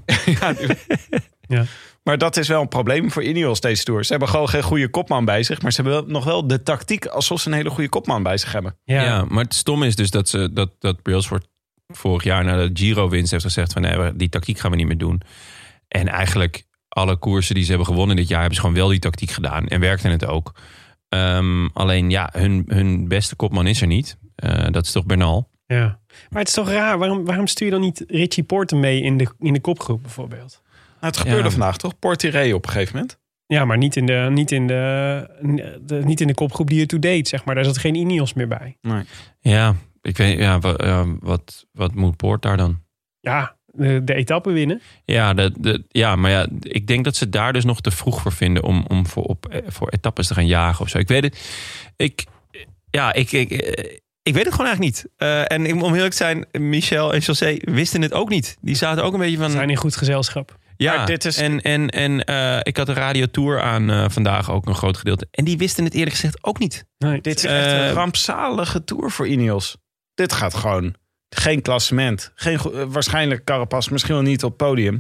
S5: Maar dat is wel een probleem voor Ineos deze tour. Ze hebben gewoon geen goede kopman bij zich. Maar ze hebben wel, nog wel de tactiek alsof ze een hele goede kopman bij zich hebben.
S2: Ja.
S1: Ja. maar het stomme is dus dat, ze, dat, dat Brailsford vorig jaar na de Giro-winst heeft gezegd... van nee, we- die tactiek gaan we niet meer doen. En eigenlijk alle koersen die ze hebben gewonnen dit jaar... hebben ze gewoon wel die tactiek gedaan en werkte het ook. Ehm, alleen ja, hun, hun beste kopman is er niet. Eh, dat is toch Bernal.
S2: Ja. Maar het is toch raar, waarom, waarom stuur je dan niet Richie Porter mee in de, in de kopgroep bijvoorbeeld?
S5: Nou, het gebeurde
S1: Ja.
S5: vandaag toch? Portiré op een gegeven moment.
S2: Ja, maar niet in de, niet in de, de- niet in de kopgroep die je toe deed, zeg maar. Daar zat geen Ineos meer bij.
S1: Ja, ik weet, ja, wa- ja, wat, wat moet Poort daar dan?
S2: Ja, de, de etappe winnen.
S1: Ja, dat dat- ja, maar ja, ik denk dat ze daar dus nog te vroeg voor vinden om, om voor, op, eh, voor etappes te gaan jagen of zo. Ik weet het. Ik, ja, ik, ik, eh, ik weet het gewoon eigenlijk niet. Eh, en ik- om heel eerlijk te zijn, Michel en José wisten het ook niet. Die zaten ook een beetje van.
S2: Zijn in goed gezelschap.
S1: ja,
S5: maar dit is-
S1: En, en, en eh, ik had de Radio Tour aan eh, vandaag ook een groot gedeelte. En die wisten het eerlijk gezegd ook niet.
S2: Nee.
S5: Dit is echt
S1: Eh,
S5: een rampzalige tour voor Ineos. Dit gaat gewoon. Geen klassement. Geen, go- eh, waarschijnlijk Carapas, misschien wel niet op podium.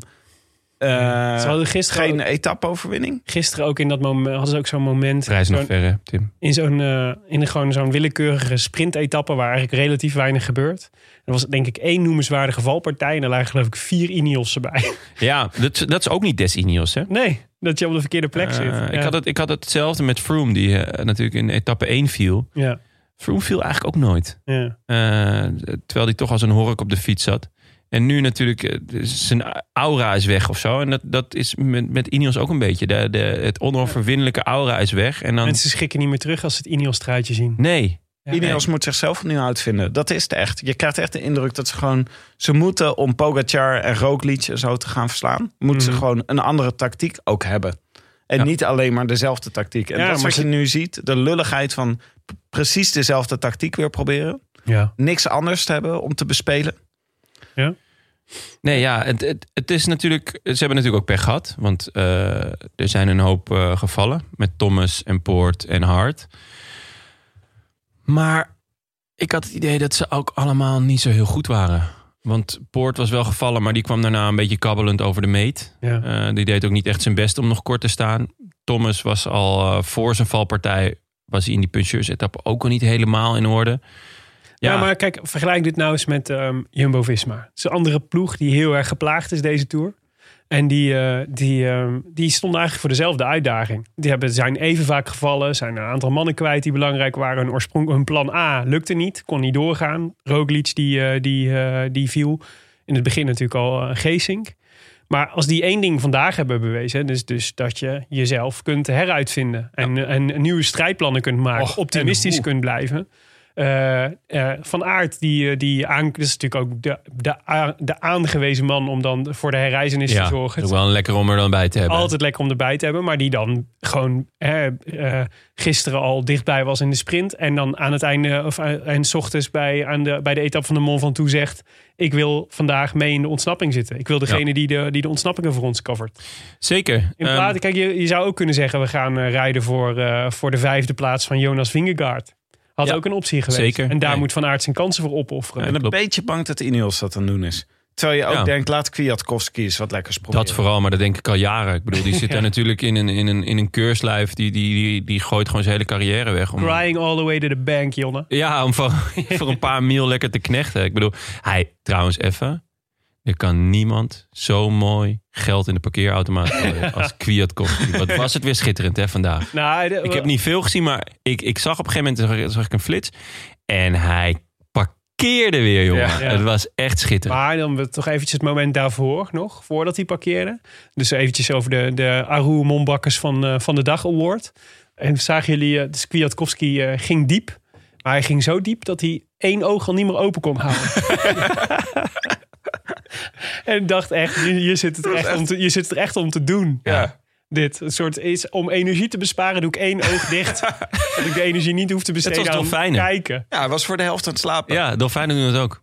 S5: Eh,
S2: Ze hadden gisteren,
S5: geen
S2: ook,
S5: etappe-overwinning.
S2: gisteren ook in dat moment, hadden ze ook zo'n moment.
S1: De reis nog
S2: zo'n-
S1: ver, hè, Tim.
S2: in zo'n, eh, in gewoon zo'n willekeurige sprintetappe waar eigenlijk relatief weinig gebeurt. Er was denk ik één noemenswaardige valpartij en er lagen geloof ik vier Ineos erbij.
S1: Ja, dat, dat is ook niet des Ineos, hè?
S2: Nee, dat je op de verkeerde plek zit.
S1: Eh,
S2: Ja.
S1: ik, had het, ik had hetzelfde met Froome, die eh, natuurlijk in etappe 1 viel.
S2: Ja,
S1: Froome viel eigenlijk ook nooit.
S2: ja.
S1: Eh, terwijl hij toch als een hork op de fiets zat. En nu natuurlijk, eh, dus zijn aura is weg of zo. En dat, dat is met, met Ineos ook een beetje. De, de, het onoverwinnelijke aura is weg. En dan,
S2: Mensen schrikken niet meer terug als ze het Ineos-truitje zien.
S1: nee.
S2: Ja.
S5: Ineos moet zichzelf opnieuw uitvinden. Dat is het echt. Je krijgt echt de indruk dat ze gewoon... Ze moeten om Pogacar en Roglic en zo te gaan verslaan... moeten
S2: Mhm.
S5: ze gewoon een andere tactiek ook hebben. En
S1: Ja.
S5: niet alleen maar dezelfde tactiek. En
S2: Ja,
S5: dat is
S2: maar
S5: wat
S2: ze-
S5: je nu ziet. De lulligheid van p- precies dezelfde tactiek weer proberen.
S2: Ja.
S5: Niks anders te hebben om te bespelen.
S1: Nee, ja, het, het, het is natuurlijk. Ze hebben natuurlijk ook pech gehad. Want eh, er zijn een hoop eh, gevallen. Met Thomas en Poort en Hart. Maar ik had het idee dat ze ook allemaal niet zo heel goed waren. Want Poort was wel gevallen, maar die kwam daarna een beetje kabbelend over de meet.
S2: Ja.
S1: Eh, die deed ook niet echt zijn best om nog kort te staan. Thomas was al eh, voor zijn valpartij. Was hij in die puncheurs-etappe ook al niet helemaal in orde.
S2: Ja. maar kijk, vergelijk dit nou eens met ehm, Jumbo-Visma. Het is een andere ploeg die heel erg geplaagd is deze Tour. En die, eh, die, ehm, die stonden eigenlijk voor dezelfde uitdaging. Die hebben, zijn even vaak gevallen, zijn een aantal mannen kwijt die belangrijk waren. Hun, oorsprong, hun plan A lukte niet, kon niet doorgaan. Roglic die, eh, die, eh, die viel in het begin natuurlijk al eh, Geesink. Maar als die één ding vandaag hebben bewezen, dus, dus dat je jezelf kunt heruitvinden. En, en nieuwe strijdplannen kunt maken,
S5: Och, en
S2: optimistisch
S5: hoe.
S2: kunt blijven. Eh, eh, van Aert, die, eh, die aan, dat is natuurlijk ook de, de, a- de aangewezen man om dan voor de herreizenis
S1: ja,
S2: te
S1: het is
S2: zorgen.
S1: ook wel een lekker om er dan bij te hebben.
S2: Altijd lekker om erbij te hebben, maar die dan gewoon hè, eh, gisteren al dichtbij was in de sprint. En dan aan het einde, of eh, en 's ochtends bij, aan de, bij de etappe van de Mont Ventoux zegt: Ik wil vandaag mee in de ontsnapping zitten. Ik wil degene die, de, die de ontsnappingen voor ons covert.
S1: Zeker.
S2: In
S1: Ehm,
S2: plaats, kijk, je, je zou ook kunnen zeggen: We gaan eh, rijden voor, eh, voor de vijfde plaats van Jonas Vingegaard. Had
S1: Ja,
S2: ook een optie geweest.
S1: zeker.
S2: En daar
S1: Nee.
S2: moet Van Aert zijn kansen voor opofferen.
S5: En een
S1: klopt.
S5: beetje bang dat Ineos dat aan het doen is. Terwijl je ook
S1: Ja.
S5: denkt, laat Kwiatkowski eens wat lekkers proberen.
S1: Dat vooral, maar dat denk ik al jaren. Ik bedoel, die zit daar natuurlijk in een, in een, in een keurslijf. Die, die, die, die gooit gewoon zijn hele carrière weg. Om,
S2: Crying all the way to the bank, Jonne.
S1: Ja, om voor, voor een paar mil lekker te knechten. Ik bedoel, hij, trouwens even. Er kan niemand zo mooi geld in de parkeerautomaat gooien als Kwiatkowski. Wat was het weer schitterend hè, vandaag.
S2: Nou, de-
S1: Ik heb niet veel gezien, maar ik, ik zag op een gegeven moment zag ik- zag ik een flits. En hij parkeerde weer, jongen.
S5: Ja.
S2: Ja.
S1: Het was echt schitterend.
S2: Maar dan we- toch eventjes het moment daarvoor nog, voordat hij parkeerde. Dus eventjes over de, de Aru Mombakkers van, eh, van de Dag Award. En zagen jullie, eh, dus Kwiatkowski eh, ging diep. Maar hij ging zo diep dat hij één oog al niet meer open kon houden. en dacht echt, je, je, zit het echt om te, je zit het echt om te doen.
S1: Ja.
S2: Dit een soort is om energie te besparen, doe ik één oog dicht. dat ik de energie niet hoef te besteden aan
S1: dolfijnen.
S2: kijken.
S5: Ja, hij was voor de helft aan het slapen.
S1: Ja, dolfijnen doen dat ook.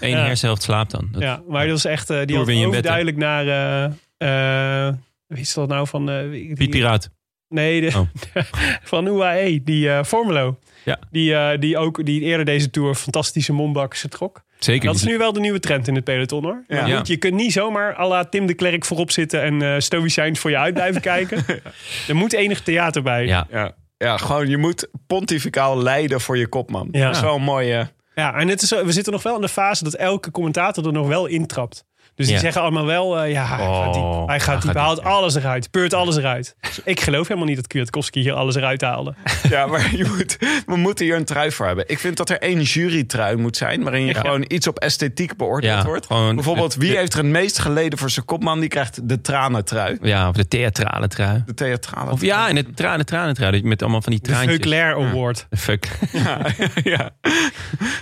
S1: Eén
S2: Ja.
S1: hersenhelft slaapt dan. Dat-
S2: Ja, maar dat was echt. eh, die
S1: Tour
S2: had
S1: win je in bed,
S2: overduidelijk naar. eh, eh, wie is dat nou van. eh, wie-
S1: Piet
S2: die-
S1: Piraat.
S2: Nee, de-
S1: Oh.
S2: van UAE, die eh Formulo.
S1: Ja.
S2: Die, eh, die ook die eerder deze tour fantastische mombakken trok.
S1: Zeker.
S2: Dat is nu wel de nieuwe trend in het peloton hoor. Maar
S5: Ja.
S2: goed, je kunt niet zomaar à la Tim de Klerk voorop zitten en eh stoïcijns voor je uit blijven kijken. Er moet enig theater bij.
S1: Ja.
S5: Ja. Ja, gewoon je moet pontificaal leiden voor je kopman.
S2: Ja.
S5: Dat is wel een mooie...
S2: Ja, en het is, we zitten nog wel in de fase dat elke commentator er nog wel intrapt. Dus die
S1: Ja. Oh,
S2: zeggen allemaal wel, eh, ja, hij gaat diep. Hij gaat
S1: hij
S2: diep. Hij,
S1: gaat diep,
S2: haalt
S1: ja.
S2: alles eruit. Peurt alles eruit. Ik geloof helemaal niet dat Kwiatkowski hier alles eruit haalde.
S5: Ja, maar je moet, we moeten hier een trui voor hebben. Ik vind dat er één jurytrui moet zijn... waarin je gewoon iets op esthetiek beoordeeld
S1: Ja,
S5: wordt.
S1: gewoon-
S5: Bijvoorbeeld, wie
S1: de-
S5: heeft er het meest geleden voor zijn kopman... die krijgt de tranentrui.
S1: Ja, of de theatrale trui.
S5: De theatrale
S1: Of ja, en het tranen, tranen, tranen. Met allemaal van die
S2: De
S1: traantjes.
S2: Veuclair Award.
S1: Fuck.
S5: ja.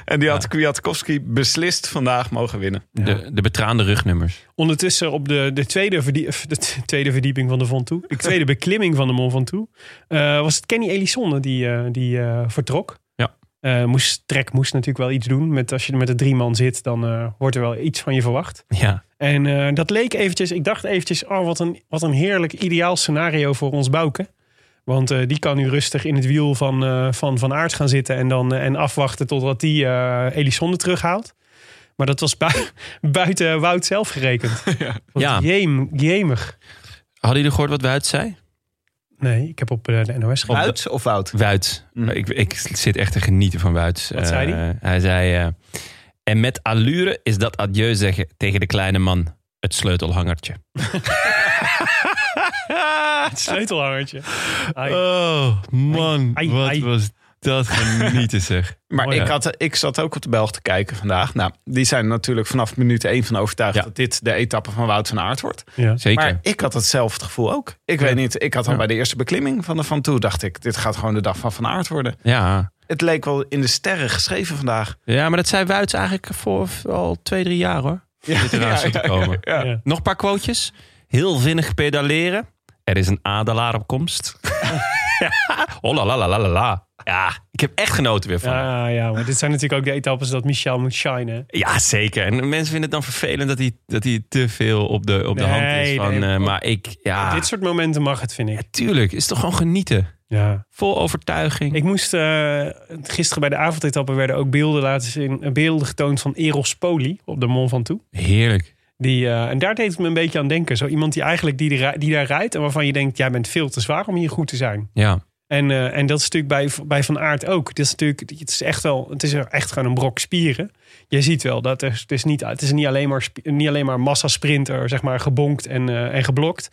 S5: En die had Kwiatkowski beslist vandaag mogen winnen.
S1: De, de betraande rugnummers.
S2: Ondertussen op de, de, tweede, verdie- of de t- tweede verdieping van de Van Toe. De tweede beklimming van de Mont Ventoux. eh was het Kenny Elissonde die, eh, die eh, vertrok.
S1: Ja.
S2: Eh, moest, Trek moest natuurlijk wel iets doen. Met, als je er met de drie man zit, dan eh, wordt er wel iets van je verwacht.
S1: Ja.
S2: En eh, dat leek eventjes, ik dacht eventjes, oh wat een, wat een heerlijk ideaal scenario voor ons Bouke. Want eh, die kan nu rustig in het wiel van eh, Van, van Aert gaan zitten en, dan, eh, en afwachten totdat die eh Elisonde terughaalt. Maar dat was bui- buiten Wout zelf gerekend. Want
S1: Ja.
S2: jeem- jemig.
S1: Hadden jullie gehoord wat Wuit zei?
S2: Nee, ik heb op eh, de NOS gekeken.
S5: Uit of Wout?
S1: Wuit. Ik, ik zit echt te genieten van Wuit.
S2: Wat zei
S1: hij? Hij Mm. zei... eh, en met allure is dat adieu zeggen tegen de kleine man. Het sleutelhangertje.
S2: Het sleutelhangertje. Ai.
S1: Oh, man.
S2: Ai, wat ai.
S1: was dat genieten zeg.
S5: Maar
S2: Mooi,
S5: ik,
S2: ja.
S5: had, ik zat ook op de Belg te kijken vandaag. Nou, die zijn natuurlijk vanaf minuut één van overtuigd...
S1: Ja.
S5: dat dit de etappe van Wout van Aert wordt.
S2: Ja.
S1: Zeker.
S5: Maar ik had hetzelfde gevoel ook. Ik weet niet, ik had al bij de eerste beklimming van de Van Toe... dacht ik, dit gaat gewoon de dag van Van Aert worden.
S1: ja.
S5: Het leek wel in de sterren geschreven vandaag.
S1: ja, maar dat zei Wuits eigenlijk voor al twee, drie jaar hoor.
S5: Ja,
S1: Dit eraan zat te komen.
S5: ja.
S2: Ja.
S1: Nog een paar quotejes. Heel vinnig pedaleren. Er is een adelaar op komst. Oh la la la la la la. Ja, ik heb echt genoten weer van. Ja,
S2: Ja, Ah, ja, maar dit zijn natuurlijk ook de etappes dat Michel moet shinen.
S1: zeker. En mensen vinden het dan vervelend dat hij, dat hij te veel op de, op de
S2: Nee,
S1: hand is. Van,
S2: nee.
S1: eh, maar ik, ja.
S2: Dit soort momenten mag het, vind ik.
S1: Tuurlijk, is toch gewoon genieten.
S2: Ja.
S1: Vol overtuiging.
S2: Ik moest eh, gisteren bij de avondetappen werden ook beelden laten zien, eh, beelden getoond van Eros Poli op de Mont Ventoux.
S1: Heerlijk.
S2: Die, eh, en daar deed het me een beetje aan denken. Zo iemand die eigenlijk die, er- die daar rijdt en waarvan je denkt, jij bent veel te zwaar om hier goed te zijn.
S1: Ja,
S2: En, eh, en dat is natuurlijk bij, bij Van Aert ook. Het is natuurlijk, het is echt wel, het is echt gewoon een brok spieren. Je ziet wel dat er, het is niet, het is niet alleen maar, sp- niet alleen maar massasprinter, zeg maar, gebonkt en, eh, en geblokt.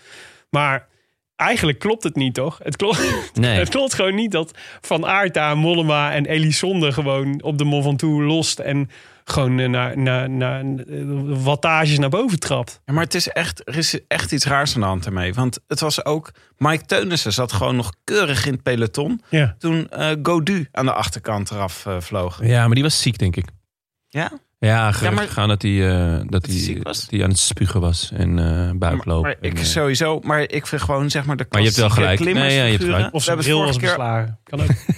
S2: Maar eigenlijk klopt het niet, toch? Het klopt.
S1: nee.
S2: Het klopt gewoon niet dat Van Aerta, Mollema en Elisonde gewoon op de Mont Ventoux lost en gewoon eh, naar, naar, naar, eh, wattages naar boven trapt.
S5: Ja, maar het is echt, er is echt iets raars aan de hand ermee. Want het was ook... Mike Teunissen zat gewoon nog keurig in het peloton...
S2: Ja.
S5: toen eh Godu aan de achterkant eraf eh, vloog.
S1: Ja, maar die was ziek, denk ik.
S5: Ja?
S1: Ja, gerucht
S5: maar-
S1: gaan dat hij, eh, dat
S5: hij
S1: hij,
S5: ziek was?
S1: dat hij aan het spugen was en eh
S5: Maar,
S1: buiklopen.
S5: maar ik
S1: En, eh,
S5: sowieso, maar ik vind gewoon zeg maar de
S1: Maar je hebt wel
S5: klassieke
S1: gelijk. Nee,
S5: klimmersfiguren.
S1: ja, je hebt gelijk.
S2: Of
S5: we,
S2: zijn
S5: hebben
S2: bril
S5: het
S2: was
S5: vorige keer, we
S2: beslagen. Kan ook.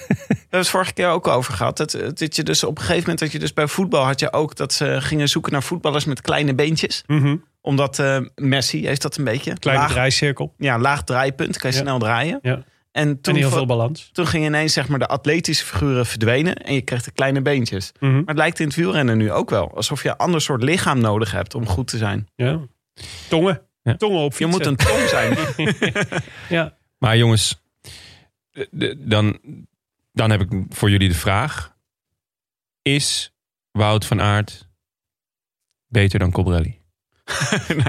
S5: hebben het vorige keer ook over gehad. Dat, eh, dat je dus op een gegeven moment dat je dus bij voetbal had je ook dat ze gingen zoeken naar voetballers met kleine beentjes.
S2: Mhm.
S5: Omdat eh, Messi heeft dat een beetje.
S2: Kleine
S5: laag,
S2: draaicirkel.
S5: ja, laag draaipunt, kan je
S2: Ja.
S5: snel draaien.
S2: Ja.
S5: En
S2: En
S5: toen,
S2: heel
S5: vo-
S2: veel balans.
S5: toen gingen ineens zeg maar, de atletische figuren verdwenen en je kreeg de kleine beentjes.
S2: Mhm.
S5: Maar het lijkt in het wielrennen nu ook wel. Alsof je een ander soort lichaam nodig hebt om goed te zijn.
S2: Ja. Tongen.
S1: Ja.
S2: Tongen op
S5: Je
S2: fietsen.
S5: moet een tong zijn.
S2: Ja.
S1: Maar jongens, de- de- dan, dan heb ik voor jullie de vraag. Is Wout van Aert beter dan Cobrelli?
S5: Nee.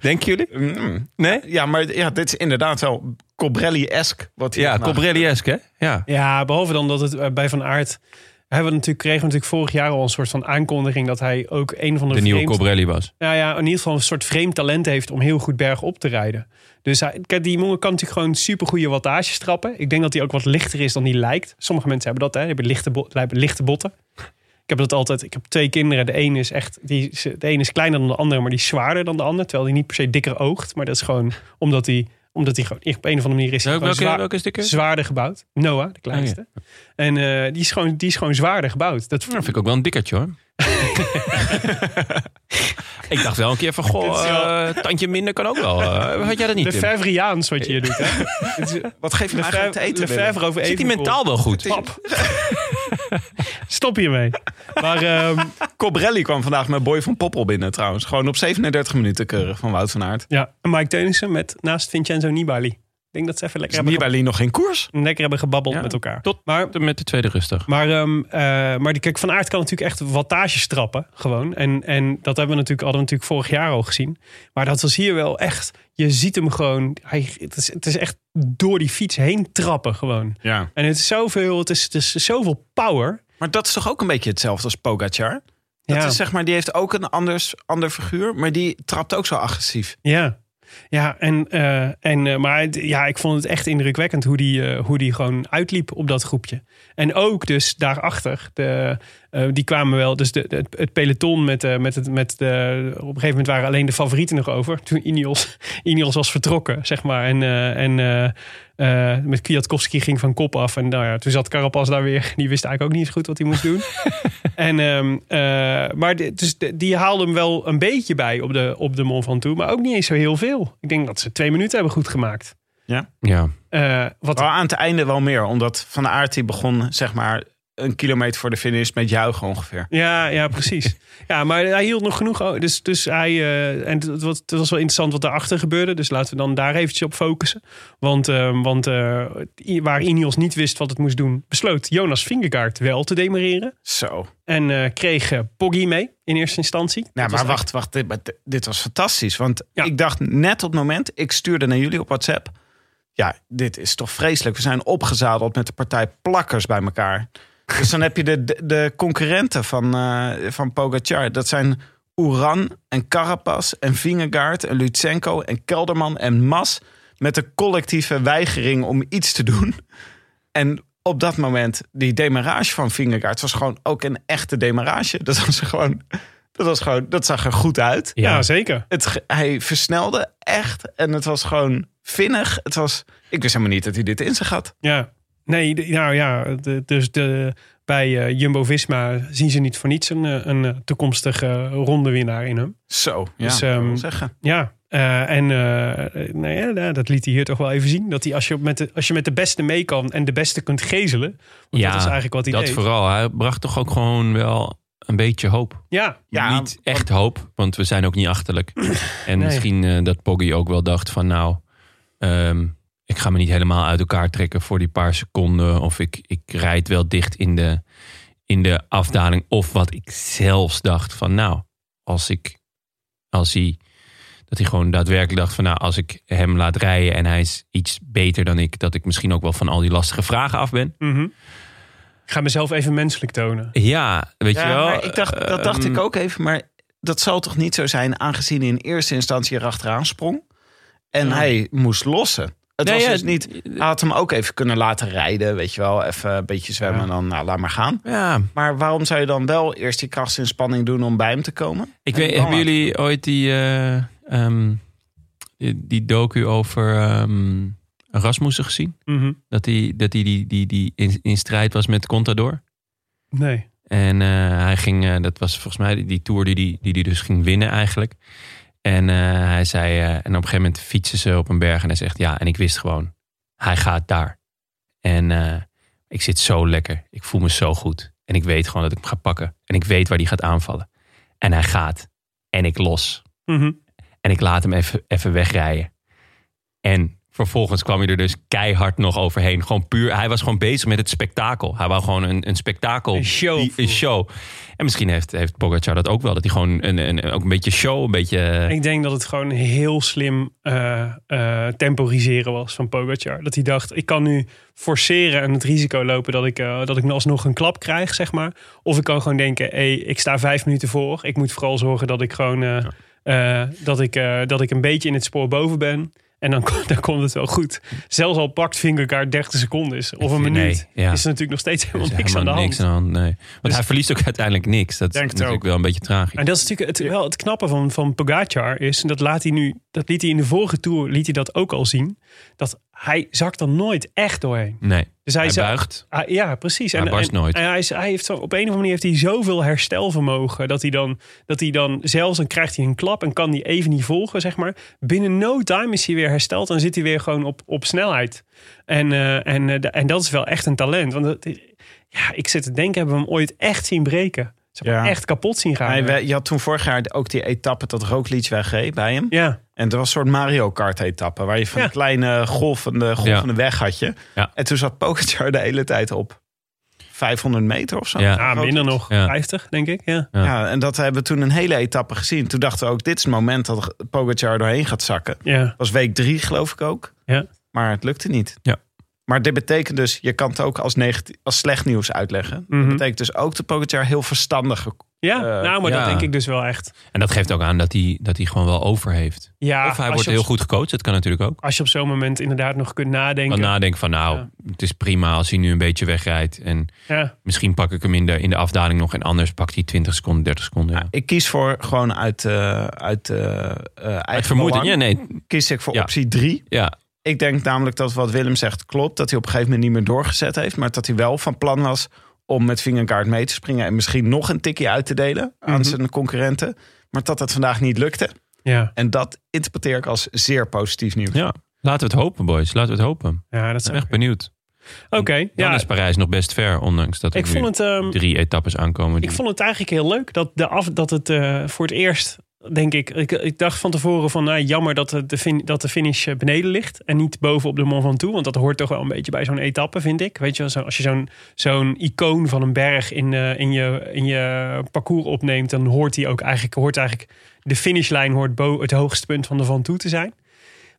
S1: Denken jullie?
S5: Mm.
S1: Nee?
S5: Ja, maar ja, dit is inderdaad wel Cobrelli-esque. Wat hij
S1: Ja,
S5: heeft
S1: Cobrelli-esque, hè? Ja.
S2: ja, behalve dan dat het eh, bij Van Aert... Hebben we natuurlijk, kregen we natuurlijk vorig jaar al een soort van aankondiging... dat hij ook een van de,
S1: De nieuwe
S2: vreemdste-
S1: Cobrelli was.
S2: Nou ja, in ieder geval een soort vreemd talent heeft om heel goed berg op te rijden. Dus hij, kijk, die jongen kan natuurlijk gewoon super goede wattages trappen. Ik denk dat hij ook wat lichter is dan die lijkt. Sommige mensen hebben dat, hè? Die hebben lichte, bo- die hebben lichte botten. Ik heb dat altijd. Ik heb twee kinderen. De een is echt. Die, is- de een is kleiner dan de andere, maar die is zwaarder dan de ander. Terwijl die niet per se dikker oogt. Maar dat is gewoon omdat hij omdat hij gewoon op een of andere manier is. hij
S1: Welke,
S2: gewoon
S1: welke,
S2: zwaar-
S1: welke is dikker?
S2: zwaarder gebouwd. Noah, de kleinste. En eh, die, is gewoon, die is gewoon zwaarder gebouwd. Dat,
S1: Nou, vind ik ook wel een dikkertje, hoor. ik dacht wel een keer van,
S2: Dit
S1: goh,
S2: is wel-
S1: eh, tandje minder kan ook wel. Eh, had jij dat niet,
S2: de
S1: Tim?
S2: Favriaans wat je hier doet. Hè? Het is-
S5: Wat geef je mij
S2: Lefebvre-
S5: te eten?
S2: Lefebvre
S5: Willem?
S2: over
S1: Zit die
S2: Evenepoel.
S1: mentaal wel goed?
S2: Pap. Stop hiermee. Maar ehm,
S5: Cobrelli kwam vandaag met Boy van Poppel binnen trouwens. Gewoon op 37 minuten keurig van Wout van Aert.
S2: ja, en Mike Teunissen met naast Vincenzo Nibali. Ik denk dat ze even lekker,
S5: Is
S2: hebben,
S5: Nibali nog geen koers?
S2: ge- lekker hebben gebabbeld
S1: Ja.
S2: met elkaar.
S1: Tot
S2: maar
S1: met de tweede rustig.
S2: maar, ehm, eh, maar die, kijk, Van Aert kan natuurlijk echt wattages trappen. Gewoon. En, en dat hebben we natuurlijk, hadden we natuurlijk vorig jaar al gezien. Maar dat was hier wel echt... Je ziet hem gewoon... Hij, het, is, het is echt door die fiets heen trappen gewoon.
S5: Ja.
S2: En het is zoveel, het is, het is zoveel power.
S5: Maar dat is toch ook een beetje hetzelfde als Pogacar? Dat
S2: ja.
S5: is zeg maar, die heeft ook een anders, ander figuur, maar die trapt ook zo agressief.
S2: Ja, ja, en, eh, en, eh, maar het- ja, ik vond het echt indrukwekkend hoe die, eh, hoe die gewoon uitliep op dat groepje. En ook dus daarachter, de, eh, die kwamen wel, dus de, de- het- het peloton met, eh, met, het, met de, op een gegeven moment waren alleen de favorieten nog over. Toen Ineos, Ineos was vertrokken, zeg maar. En, eh, en eh, eh, met Kwiatkowski ging van kop af. En nou ja, toen zat Carapaz daar weer. Die wist eigenlijk ook niet eens goed wat hij moest doen. En, ehm, eh, maar de- dus de- die haalde hem wel een beetje bij op de, op de Mont Ventoux. Maar ook niet eens zo heel veel. Ik denk dat ze twee minuten hebben goed gemaakt.
S1: Ja.
S2: Eh, wat,
S5: Maar aan het einde wel meer, omdat Van Aert die begon zeg maar een kilometer voor de finish met juichen ongeveer.
S2: ja, ja, precies. ja, maar hij hield nog genoeg. o- Dus, dus hij, eh, en het, het was, het was wel interessant wat daarachter gebeurde. Dus laten we dan daar eventjes op focussen. Want, ehm, want eh, i- waar Ineos niet wist wat het moest doen... besloot Jonas Vingegaard wel te demereren.
S5: Zo.
S2: En eh, kreeg eh, Poggi mee in eerste instantie. Dat
S5: Nou,
S2: was
S5: maar wacht, wacht. Dit, maar dit- dit was fantastisch. Want
S2: Ja.
S5: ik dacht net op het moment, ik stuurde naar jullie op WhatsApp. Ja, dit is toch vreselijk. We zijn opgezadeld met de partij plakkers bij elkaar. Dus dan heb je de, de, de concurrenten van, eh van Pogacar. Dat zijn Uran en Carapaz en Vingegaard en Lutsenko en Kelderman en Mas. Met de collectieve weigering om iets te doen. En op dat moment, die demarage van Vingegaard was gewoon ook een echte demarage. Dat was gewoon, dat was gewoon, dat zag er goed uit.
S2: Ja, zeker.
S5: Het, ge- hij versnelde echt en het was gewoon vinnig. Het was, ik wist helemaal niet dat hij dit in zich had.
S2: Ja, nee, de- nou ja, de- dus de, bij eh, Jumbo Visma zien ze niet voor niets een, eh, een eh, toekomstige rondewinnaar in hem.
S5: Zo, ja,
S2: Dus,
S5: dat kan ik
S2: ehm,
S5: wel zeggen.
S2: Ja, eh, en eh, eh, nou ja, nou, dat liet hij hier toch wel even zien. Dat hij als je, op met de, als je met de beste mee kan en de beste kunt gezelen. Want
S1: Ja,
S2: dat is eigenlijk wat hij
S1: Dat
S2: deed.
S1: vooral. Hij bracht toch ook gewoon wel een beetje hoop.
S2: Ja,
S5: Ja,
S1: niet echt hoop, want we zijn ook niet achterlijk. En
S2: Nee.
S1: misschien eh, dat Poggi ook wel dacht van nou, ehm, ik ga me niet helemaal uit elkaar trekken voor die paar seconden. Of ik, ik rijd wel dicht in de, in de afdaling. Of wat ik zelfs dacht van nou, als ik, als hij, dat hij gewoon daadwerkelijk dacht van nou, als ik hem laat rijden en hij is iets beter dan ik, dat ik misschien ook wel van al die lastige vragen af ben.
S2: mhm. ik ga mezelf even menselijk tonen.
S1: Ja, weet je
S5: Ja,
S1: wel.
S5: maar ik dacht, dat dacht ik
S1: Ehm,
S5: ook even, maar dat zal toch niet zo zijn, aangezien hij in eerste instantie erachteraan sprong en hij moest lossen. Het
S1: Nee,
S5: was
S1: ja,
S5: dus niet, hij had hem ook even kunnen laten rijden, weet je wel, even een beetje zwemmen en dan, nou, laat maar gaan.
S1: Ja,
S5: Maar waarom zou je dan wel eerst die krachtsinspanning doen om bij hem te komen?
S1: ik
S5: En
S1: weet,
S5: dan
S1: hebben
S5: laten-
S1: jullie ooit die, eh, ehm, die, die docu over ehm Rasmussen gezien?
S2: Mhm.
S1: Dat hij dat die, die, die, die in, in strijd was met Contador.
S2: Nee.
S1: En eh, hij ging, eh, dat was volgens mij die, die tour die hij die, die, die dus ging winnen eigenlijk. En eh, hij zei, eh, en op een gegeven moment fietsen ze op een berg en hij zegt ja, en ik wist gewoon. Hij gaat daar. En eh, ik zit zo lekker. Ik voel me zo goed. En ik weet gewoon dat ik hem ga pakken. En ik weet waar hij gaat aanvallen. En hij gaat. En ik los.
S2: Mhm.
S1: En ik laat hem even, even wegrijden. En vervolgens kwam hij er dus keihard nog overheen. Gewoon puur, hij was gewoon bezig met het spektakel. Hij wou gewoon een, een spektakel.
S2: Een show
S1: die- een
S2: voeren.
S1: show. En misschien heeft, heeft Pogacar dat ook wel. Dat hij gewoon een, een, ook een beetje show, een beetje... eh,
S2: Ik denk dat het gewoon heel slim eh, eh, temporiseren was van Pogacar. Dat hij dacht, ik kan nu forceren en het risico lopen dat ik, eh dat ik alsnog een klap krijg, zeg maar. Of ik kan gewoon denken, hey, ik sta vijf minuten voor. Ik moet vooral zorgen dat ik gewoon eh, eh, dat, ik, eh, dat ik een beetje in het spoor boven ben. En dan, kom- dan komt het wel goed. Zelfs al pakt Vingegaard 30 seconden is, of een
S1: Nee,
S2: minuut,
S1: ja.
S2: is er natuurlijk nog steeds helemaal
S1: Dus
S2: niks aan de
S1: helemaal
S2: hand.
S1: niks aan de hand, nee. Want
S2: Dus-
S1: hij verliest ook uiteindelijk niks. Dat is
S5: Denk het
S1: natuurlijk
S5: ook.
S1: wel een beetje tragisch.
S2: En dat is natuurlijk het, wel het knappe van, van Pogacar is, en dat laat hij nu, dat liet hij in de vorige tour liet hij dat ook al zien, dat hij zakt er nooit echt doorheen.
S1: Nee,
S2: Dus hij,
S1: hij
S2: zou-
S1: buigt.
S2: Ah, ja, precies.
S1: Hij barst
S2: en,
S1: nooit.
S2: En hij, is- hij heeft zo, op een of andere manier heeft hij zoveel herstelvermogen dat hij dan, dat hij dan zelfs dan krijgt hij een klap en kan die even niet volgen, zeg maar. Binnen no time is hij weer hersteld en zit hij weer gewoon op, op snelheid. En, eh, en, eh, da- en dat is wel echt een talent. Want dat- ja, ik zit te denken, hebben we hem ooit echt zien breken? Zeg maar,
S5: Ja.
S2: Echt kapot zien gaan.
S5: Hij, we- je had toen vorig jaar ook die etappe dat Roglic wegreed bij hem.
S2: ja.
S5: En er was een soort Mario Kart etappe. Waar je van
S2: Ja.
S5: die kleine golvende, golvende weg had je.
S1: Ja.
S5: En toen zat Pogacar de hele tijd op 500 meter of zo.
S1: Ja.
S2: Ja, Ah, minder nog.
S1: Ja.
S2: 50, denk ik. Ja.
S1: Ja.
S5: Ja, en dat hebben we toen een hele etappe gezien. Toen dachten we ook, dit is het moment dat Pogacar doorheen gaat zakken.
S2: Ja.
S5: was week drie, geloof ik ook.
S2: Ja.
S5: Maar het lukte niet.
S1: Ja.
S5: Maar dit betekent dus, je kan het ook als, negati- als slecht nieuws uitleggen.
S2: Mhm.
S5: Dat betekent dus ook dat Pogacar heel verstandig... gek-
S2: ja.
S5: Eh,
S2: nou, maar
S1: ja.
S2: dat denk ik dus wel echt.
S1: En dat geeft ook aan dat hij, dat hij gewoon wel over heeft.
S2: Ja,
S1: of hij
S2: als
S1: wordt
S2: je op-
S1: heel goed gecoacht. Dat kan natuurlijk ook.
S2: Als je op zo'n moment inderdaad nog kunt nadenken.
S1: Dan nadenken van nou,
S2: Ja.
S1: het is prima als hij nu een beetje wegrijdt. En
S2: ja.
S1: Misschien pak ik hem in de, in de afdaling nog. En anders pakt hij 20 seconden, 30 seconden. Ja.
S5: Ik kies voor gewoon uit, eh uit eh, eh,
S1: Uit
S5: eigen
S1: vermoeden.
S5: belang.
S1: Ja, nee.
S5: Kies ik voor
S1: Ja.
S5: optie drie.
S1: Ja,
S5: Ik denk namelijk dat wat Willem zegt klopt. Dat hij op een gegeven moment niet meer doorgezet heeft. Maar dat hij wel van plan was om met vingerkaart mee te springen. En misschien nog een tikje uit te delen aan
S1: Mhm.
S5: zijn concurrenten. Maar dat dat vandaag niet lukte.
S2: Ja.
S5: En dat interpreteer ik als zeer positief nieuws.
S1: ja. Laten we het hopen, boys. Laten we het hopen.
S2: ja, dat
S1: Ik
S2: is
S1: ben echt benieuwd.
S2: Oké,
S1: Dan
S2: ja.
S1: is Parijs nog best ver, ondanks dat er
S2: Ik vond
S1: nu
S2: het, ehm,
S1: drie etappes aankomen. die-
S2: ik vond het eigenlijk heel leuk dat, de af, dat het eh, voor het eerst, denk ik, ik, ik dacht van tevoren van nou, jammer dat de, de fin- dat de finish eh, beneden ligt en niet boven op de Mont Ventoux, want dat hoort toch wel een beetje bij zo'n etappe, vind ik. Weet je, wel, zo, als je zo'n zo'n icoon van een berg in, eh, in, je, in je parcours opneemt, dan hoort die ook eigenlijk, hoort eigenlijk de finishlijn hoort bo- het hoogste punt van de Ventoux te zijn.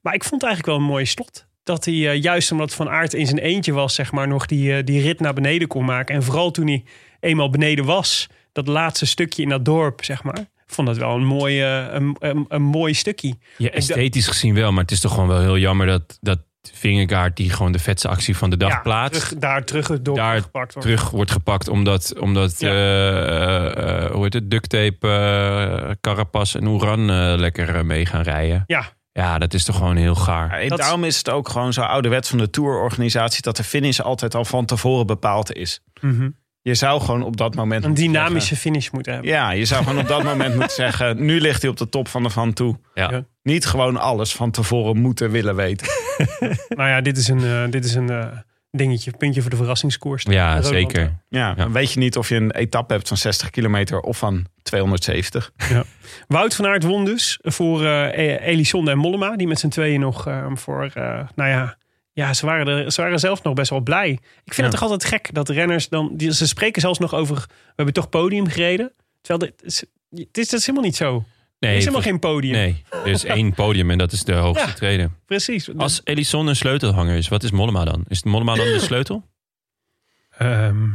S2: Maar ik vond het eigenlijk wel een mooie slot. Dat hij, eh, juist omdat Van Aert in zijn eentje was, zeg maar, nog die, eh, die rit naar beneden kon maken. En vooral toen hij eenmaal beneden was, dat laatste stukje in dat dorp, zeg maar. Ik vond dat wel een mooi, eh, een, een, een mooi stukje.
S1: ja, esthetisch gezien wel, maar het is toch gewoon wel heel jammer dat, dat Vingegaard, die gewoon de vetste actie van de dag
S2: Ja,
S1: plaatst,
S2: terug- daar terug het dorp
S1: Daar
S2: gepakt wordt.
S1: terug wordt gepakt omdat, omdat
S2: Ja.
S1: eh, eh, hoe heet het, duct tape, eh, Carapaz en Oeran eh, lekker eh, mee gaan rijden.
S2: Ja,
S1: Ja, dat is toch gewoon heel gaar.
S5: Ja, en
S2: Dat-
S5: daarom is het ook gewoon zo ouderwets van de tourorganisatie dat de finish altijd al van tevoren bepaald is. Je zou gewoon op dat moment.
S2: een
S5: moeten
S2: dynamische finish moeten hebben.
S5: zeggen- ja, je zou gewoon op dat moment moeten zeggen: nu ligt hij op de top van de van toe.
S1: Ja.
S5: Niet gewoon alles van tevoren moeten willen weten.
S2: Nou ja, dit is een, eh, dit is een eh, dingetje, puntje voor de verrassingskoers.
S1: Ja,
S2: Roland.
S1: zeker.
S5: Ja, dan weet je niet of je een etappe hebt van 60 kilometer of van 270.
S2: Wout van Aert won dus voor eh Elisonde en Mollema. Die met z'n tweeën nog eh, voor, eh, nou ja... Ja, ze waren, er, ze waren zelf nog best wel blij. Ik vind het toch altijd gek dat renners dan... Die, ze spreken zelfs nog over, we hebben toch podium gereden. Terwijl dit, is- het is, dat is helemaal niet zo. er
S1: Nee,
S2: is helemaal geen podium.
S1: Nee, er is één podium en dat is de hoogste
S2: Ja.
S1: treden.
S2: Precies.
S1: Als Elisson een sleutelhanger is, wat is Mollema dan? Is Mollema dan de sleutel?
S2: Ehm,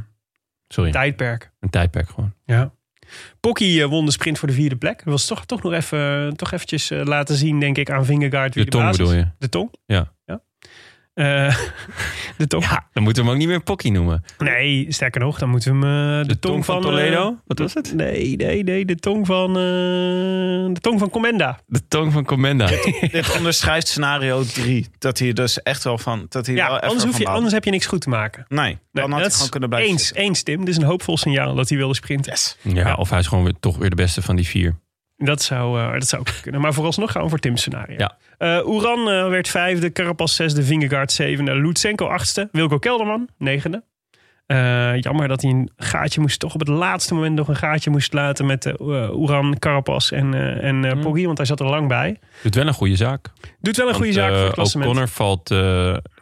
S1: Sorry,
S2: tijdperk.
S1: een tijdperk gewoon.
S2: Ja. Pocky eh, won de sprint voor de vierde plek. Dat was toch, toch nog even, toch eventjes eh, laten zien, denk ik, aan Vingegaard. Wie
S1: De
S2: de,
S1: tong
S2: baas is.
S1: bedoel je?
S2: De tong?
S1: Ja.
S2: ja. Eh, de tong?
S1: Dan moeten we hem ook niet meer Pocky noemen.
S2: Nee, sterker nog, dan moeten we hem eh, de,
S1: De
S2: tong, van,
S1: Toledo?
S2: eh,
S1: Wat was het?
S2: nee, nee, nee, de tong van, eh, de tong van Comenda.
S1: De tong van Comenda.
S5: Dit onderschrijft scenario 3. Dat hij dus echt wel van. Dat hij wel
S2: Ja,
S5: even
S2: anders, hoef
S5: van
S2: je,
S5: baalt.
S2: anders heb je niks goed te maken.
S5: Nee, dan
S2: Nee,
S5: had
S2: dat
S5: hij
S2: is
S5: gewoon kunnen blijven.
S2: Eens,
S5: zitten.
S2: eens Tim. Dit is een hoopvol signaal dat hij wilde sprinten.
S1: Ja, of hij is gewoon weer, toch weer de beste van die vier.
S2: Dat zou, eh, dat zou ook kunnen. Maar vooralsnog gaan we voor Tim's scenario.
S1: Ja.
S2: Eh, Oeran eh, werd vijfde, Carapaz zesde, Vingegaard zevende, Lutsenko achtste, Wilco Kelderman negende. Eh, jammer dat hij een gaatje moest, toch op het laatste moment nog een gaatje moest laten met eh, Oeran, Carapaz en, eh en
S1: Hmm.
S2: eh, Poggi, want hij zat er lang bij.
S1: Doet wel een goede zaak.
S2: Doet wel een goede
S1: Want,
S2: zaak voor het
S1: eh,
S2: klassement.
S1: O'Connor valt eh,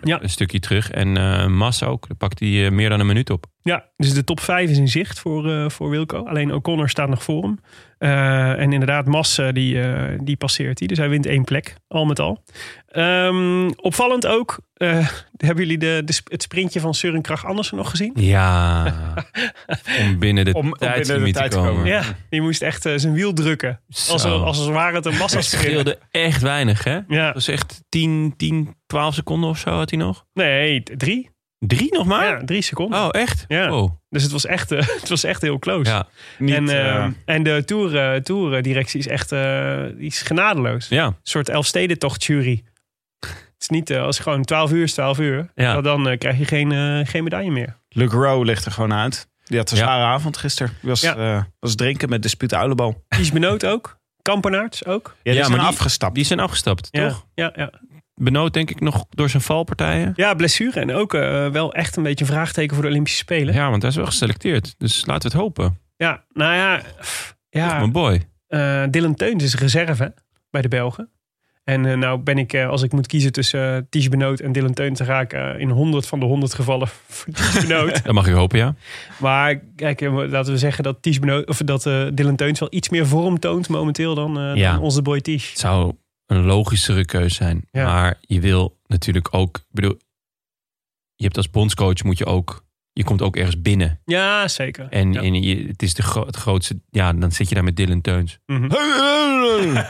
S2: Ja.
S1: een stukje terug. En eh Mas ook. Daar pakt hij eh, meer dan een minuut op.
S2: Ja, dus de top 5 is in zicht voor, eh, voor Wilco. Alleen O'Connor staat nog voor hem. Eh, en inderdaad, Mas eh, die, eh, die passeert hij. Dus hij wint één plek, al met al. Ehm, opvallend ook, eh, hebben jullie de, de, sp- het sprintje van Søren Krach Andersen nog gezien?
S1: Ja. om binnen de
S5: Om- om
S1: tijdslimiet
S5: binnen de tijd
S1: te
S5: te komen.
S1: komen.
S2: Ja, die moest echt eh, zijn wiel drukken. Als,
S1: Zo.
S2: als het ware het een massasprint.
S1: scheelde echt weinig, hè?
S2: Ja,
S1: Dat was echt 10, 10, 12 seconden of zo had hij nog.
S2: nee, d- drie.
S1: Drie nog maar?
S2: Ja, drie seconden.
S1: Oh, echt?
S2: Ja.
S1: Wow.
S2: Dus het was, echt, eh, het was echt heel close.
S1: Ja.
S5: Niet,
S2: en, eh,
S5: eh,
S2: en de tour, eh, tour-directie is echt eh, die is genadeloos.
S1: ja.
S2: Een soort Elfstedentocht-jury. Het is niet eh, als gewoon 12 uur is 12 uur.
S1: Ja.
S2: Nou, Dan eh, krijg je geen, eh, geen medaille meer.
S5: Luke Rowe ligt er gewoon uit. Die had een
S1: Ja.
S5: zware avond gisteren. Die was,
S2: Ja.
S5: eh, was drinken met dispuut uilenbal.
S2: Ties Benoot ook. Kampenaerts ook.
S5: Ja,
S1: Ja,
S5: die
S1: maar
S5: zijn
S1: die-
S5: afgestapt.
S1: Die zijn afgestapt,
S2: Ja,
S1: toch?
S2: Ja, ja.
S1: Benoot denk ik nog door zijn valpartijen.
S2: ja, blessure. En ook eh, wel echt een beetje een vraagteken voor de Olympische Spelen. Ja,
S1: Ja, want hij is wel geselecteerd. Dus laten we het hopen.
S2: nou ja. pff,
S1: Toch,
S2: ja
S1: mijn boy.
S2: eh, Dylan Teuns is reserve bij de Belgen. En eh, nou ben ik, eh, als ik moet kiezen tussen eh, Ties Benoot en Dylan Teuns, dan ga ik eh, in 100 van de 100 gevallen voor Ties Benoot.
S1: Dat mag ik hopen, ja.
S2: Maar kijk, eh, laten we zeggen dat, Ties Beno- of dat eh, Dylan Teuns wel iets meer vorm toont momenteel dan, eh,
S1: Ja.
S2: dan onze boy Ties.
S1: Het zou een logischere keus zijn.
S2: Ja.
S1: Maar je wil natuurlijk ook... Ik bedoel, je hebt als bondscoach moet je ook... Je komt ook ergens binnen.
S2: Ja, zeker.
S1: En,
S2: Ja.
S1: en je, het is de gro- het grootste... Ja, dan zit je daar met Dylan Teuns.
S2: Mhm.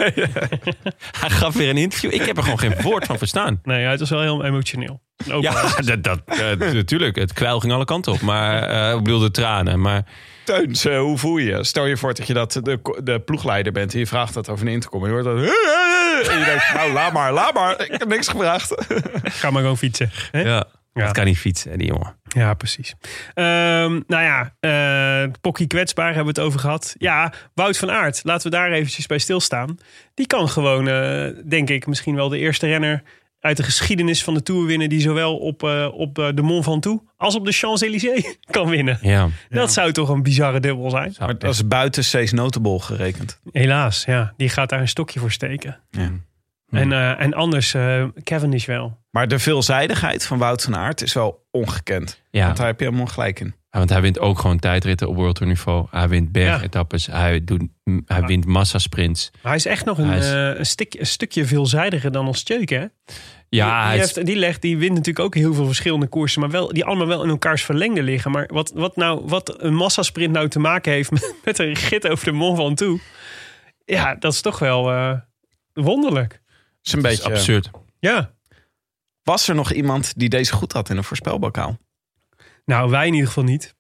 S1: Hij gaf weer een interview. Ik heb er gewoon geen woord van verstaan.
S2: Nee, ja, het was wel heel emotioneel. En ook wel-
S1: Ja, dat, dat, eh, natuurlijk. Het kwijl ging alle kanten op. Maar eh, ik bedoel, de tranen. Maar
S5: Teuns, eh, hoe voel je je? Stel je voor dat je dat de, ko- de ploegleider bent en je vraagt dat over een intercom. En je hoort dat... En je denkt, nou, laat maar, laat maar. Ik heb niks gevraagd.
S2: Ga maar gewoon fietsen. Hè? Ja.
S1: ja, dat kan niet fietsen, hè, die jongen.
S2: precies. Ehm, nou ja, eh Pokkie kwetsbaar hebben we het over gehad. Ja, Wout van Aert, laten we daar eventjes bij stilstaan. Die kan gewoon, eh, denk ik, misschien wel de eerste renner uit de geschiedenis van de Tour winnen... die zowel op, eh, op eh, de Mont Ventoux als op de Champs-Élysées kan winnen.
S1: Ja.
S2: Dat zou toch een bizarre dubbel zijn?
S5: Maar dat is buiten Cees Notable gerekend.
S2: Helaas, ja. Die gaat daar een stokje voor steken.
S5: Ja.
S1: Hmm.
S2: En, eh, en anders eh Cavendish wel.
S5: Maar de veelzijdigheid van Wout van Aert is wel ongekend.
S1: Ja, ah,
S5: Want daar heb je helemaal gelijk in.
S1: want hij wint ook gewoon tijdritten op World Tour niveau. Hij wint bergetappes. Hij, doet, m, hij wint massasprints.
S2: Maar hij is echt nog een,
S1: Hij is-
S2: eh, een, stik- een stukje veelzijdiger dan ons Tjeuk, hè?
S1: Ja,
S2: die, die,
S1: hij is-
S2: heeft, die, legt, die wint natuurlijk ook heel veel verschillende koersen, maar wel, die allemaal wel in elkaars verlengde liggen. Maar wat, wat, nou, wat een massasprint nou te maken heeft met, met een git over de Mont Ventoux, ja, dat is toch wel eh, wonderlijk.
S5: Het is een
S1: het is
S5: beetje...
S1: absurd.
S2: Ja,
S5: Was er nog iemand die deze goed had in een voorspelbokaal?
S2: nou wij in ieder geval niet.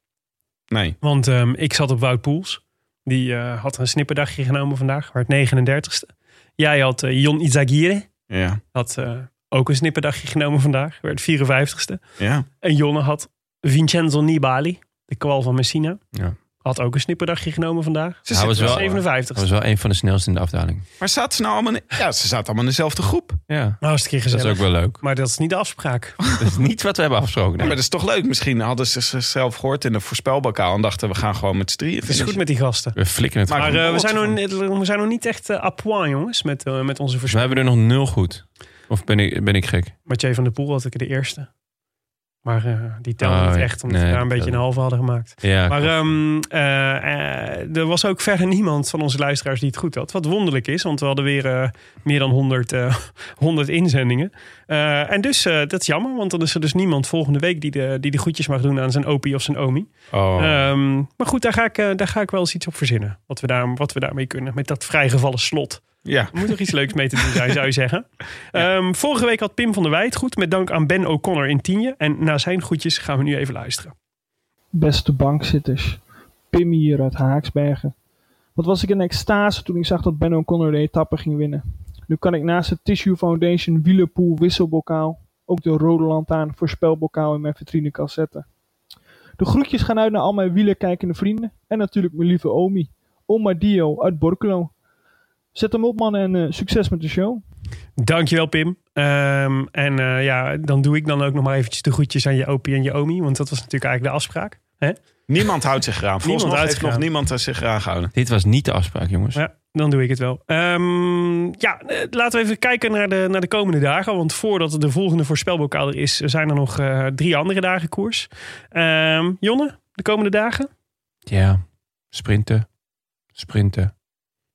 S5: Nee.
S2: Want ehm, ik zat op Wout Poels. Die eh, had een snipperdagje genomen vandaag, waar het 39ste. Jij had eh, Jon Izagirre,
S5: Ja.
S2: had eh, ook een snipperdagje genomen vandaag, werd 54ste.
S5: Ja.
S2: En Jonne had Vincenzo Nibali, de kwal van Messina.
S1: Ja.
S2: Had ook een snipperdagje genomen vandaag.
S5: Ze
S1: Hij was
S5: zitten
S1: wel-
S5: wel-
S2: 57.
S1: Hij was wel een van de snelste in de afdaling.
S5: Maar zaten ze nou allemaal... in- Ja, ze zaten allemaal in dezelfde groep.
S1: Ja,
S2: Nou, is het een keer
S1: dat is
S2: gezellig.
S1: ook wel leuk.
S2: Maar dat is niet de afspraak.
S1: Dat is niet wat we hebben afgesproken.
S5: Ja, maar dat is toch leuk. Misschien hadden ze zichzelf gehoord in een voorspelbokaal... en dachten we gaan gewoon met z'n drieën.
S2: Het is goed met die gasten.
S1: We flikken het.
S5: Maar-
S2: Maar
S5: een
S2: eh, we,
S5: bolletje
S2: zijn nog, niet- we zijn nog niet echt eh à point, jongens, met, eh, met onze
S1: we
S2: voorspelling.
S1: hebben er nog nul goed. Of ben ik, ben ik gek?
S2: Mathieu van der Poel had ik de eerste. Maar eh, die telde
S1: Oh,
S2: niet echt, omdat
S1: nee,
S2: we daar een
S1: dat
S2: beetje een
S1: telde.
S2: halve hadden gemaakt.
S1: Ja,
S2: Maar ehm, eh, eh, er was ook verder niemand van onze luisteraars die het goed had. Wat wonderlijk is, want we hadden weer eh, meer dan 100, eh, 100 inzendingen. Eh, en dus, eh, dat is jammer, want dan is er dus niemand volgende week die de, die de groetjes mag doen aan zijn opie of zijn omi.
S1: oh.
S2: Ehm, maar goed, daar ga, ik, eh, daar ga ik wel eens iets op verzinnen. Wat we, daar, wat we daarmee kunnen, met dat vrijgevallen slot.
S5: Ja.
S2: Er moet nog iets leuks mee te doen zijn, zou je zeggen. Ehm, vorige week had Pim van der Wij het goed, met dank aan Ben O'Connor in Tienje. En na zijn groetjes gaan we nu even luisteren.
S6: Beste bankzitters, Pim hier uit Haaksbergen. Wat was ik in extase toen ik zag dat Ben O'Connor de etappe ging winnen. Nu kan ik naast de Tissue Foundation wielerpool wisselbokaal ook de Rode Lantaan voorspelbokaal in mijn vitrinekast zetten. De groetjes gaan uit naar al mijn wielerkijkende vrienden en natuurlijk mijn lieve Omi, Oma Dio uit Borculo. Zet hem op, man, en eh, succes met de show.
S2: Dankjewel, Pim. Ehm, en eh, ja, dan doe ik dan ook nog maar eventjes de groetjes aan je opie en je omi. Want dat was natuurlijk eigenlijk de afspraak. Hè?
S5: Niemand houdt zich eraan. Volgens mij
S2: houdt
S5: heeft
S2: zich
S5: nog
S2: eraan.
S5: niemand er zich eraan gehouden.
S1: Dit was niet de afspraak, jongens.
S2: Ja, dan doe ik het wel. Ehm, ja, eh, laten we even kijken naar de, naar de komende dagen. Want voordat de volgende voorspelbokaal er is, zijn er nog eh, drie andere dagen koers. Ehm, Jonne, de komende dagen?
S1: Ja, sprinten, sprinten.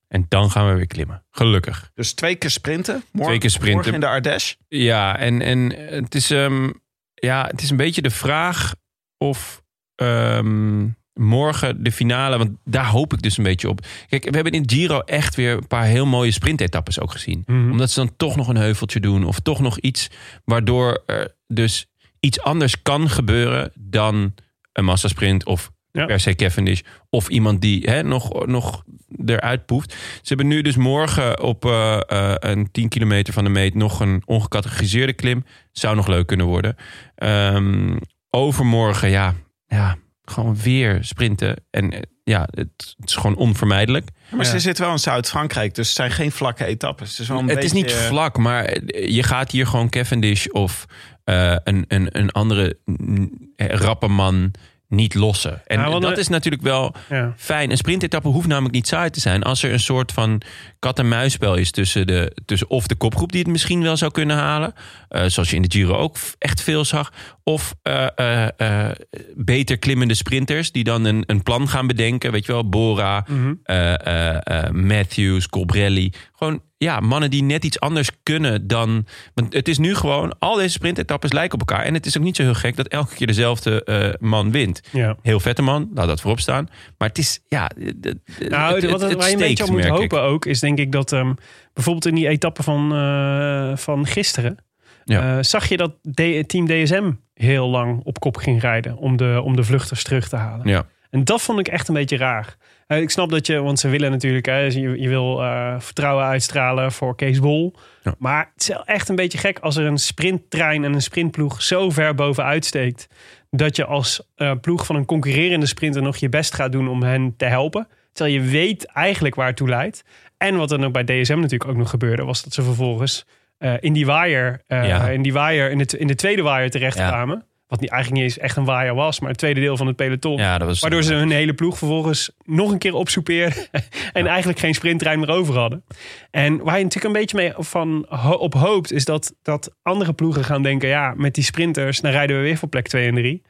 S1: En dan gaan we weer klimmen. Gelukkig.
S5: Dus twee keer sprinten. Morgen,
S1: Twee keer sprinten.
S5: morgen in de Ardèche.
S1: Ja, en, en het, is, ehm, ja, het is een beetje de vraag of ehm, morgen de finale... want daar hoop ik dus een beetje op. Kijk, we hebben in Giro echt weer een paar heel mooie sprintetappes ook gezien.
S2: Mhm.
S1: Omdat ze dan toch nog een heuveltje doen... of toch nog iets waardoor er dus iets anders kan gebeuren... dan een massasprint of
S2: Ja.
S1: per se Cavendish... of iemand die hè, nog, nog eruit poeft. Ze hebben nu dus morgen op eh, eh, een 10 kilometer van de meet... nog een ongecategoriseerde klim. Zou nog leuk kunnen worden. Ehm, overmorgen, ja, ja, gewoon weer sprinten. En eh, ja, het, het is gewoon onvermijdelijk.
S5: Maar ze zit wel in Zuid-Frankrijk, dus het zijn geen vlakke etappes. Het is, wel een
S1: het is niet
S5: beetje-
S1: vlak, maar eh, je gaat hier gewoon Cavendish of eh, een, een, een andere mm, eh, rappe man niet lossen. En
S2: Ja, want,
S1: dat
S2: eh,
S1: is natuurlijk wel
S2: Ja.
S1: fijn. Een sprintetappe hoeft namelijk niet saai te zijn. Als er een soort van kat-en-muisspel is tussen, de, tussen of de kopgroep die het misschien wel zou kunnen halen. eh, zoals je in de Giro ook f- echt veel zag. Of eh, eh, eh, beter klimmende sprinters die dan een, een plan gaan bedenken. Weet je wel, Bora, eh, eh, eh, Matthews, Colbrelli. Gewoon ja, mannen die net iets anders kunnen dan... Want het is nu gewoon, al deze sprintetappes lijken op elkaar. En het is ook niet zo heel gek dat elke keer dezelfde eh, man wint
S2: ja.
S1: heel vette man, laat dat voorop staan. Maar het is, ja... d- d-
S2: Nou,
S1: het-
S2: wat,
S1: het- het
S2: waar je een beetje
S1: steekt,
S2: op moet
S1: merk ik.
S2: hopen ook, is denk ik dat ehm, bijvoorbeeld in die etappe van, eh, van gisteren,
S1: Ja.
S2: eh, zag je dat D- team DSM heel lang op kop ging rijden om de, om de vluchters terug te halen.
S1: Ja.
S2: En dat vond ik echt een beetje raar. Eh, ik snap dat je, want ze willen natuurlijk, hè, dus je, je wil eh, vertrouwen uitstralen voor Kees Bol.
S1: Ja.
S2: Maar het is wel echt een beetje gek als er een sprinttrein en een sprintploeg zo ver bovenuit steekt. Dat je als eh, ploeg van een concurrerende sprinter nog je best gaat doen om hen te helpen. Terwijl je weet eigenlijk waar het toe leidt. En wat er nog bij DSM natuurlijk ook nog gebeurde, was dat ze vervolgens eh, in die waaier, eh,
S1: Ja.
S2: in, die waaier in, de, t- in de tweede waaier terecht
S1: Ja.
S2: kwamen. Wat niet, eigenlijk niet eens echt een waaier was, maar het tweede deel van het peloton.
S1: ja, dat was...
S2: Waardoor ze hun hele ploeg vervolgens nog een keer opsoupeerden. en eigenlijk geen sprinttrein meer over hadden. En waar je natuurlijk een beetje mee van ho- op hoopt, is dat, dat andere ploegen gaan denken: ja, met die sprinters, dan rijden we weer voor plek 2 en 3.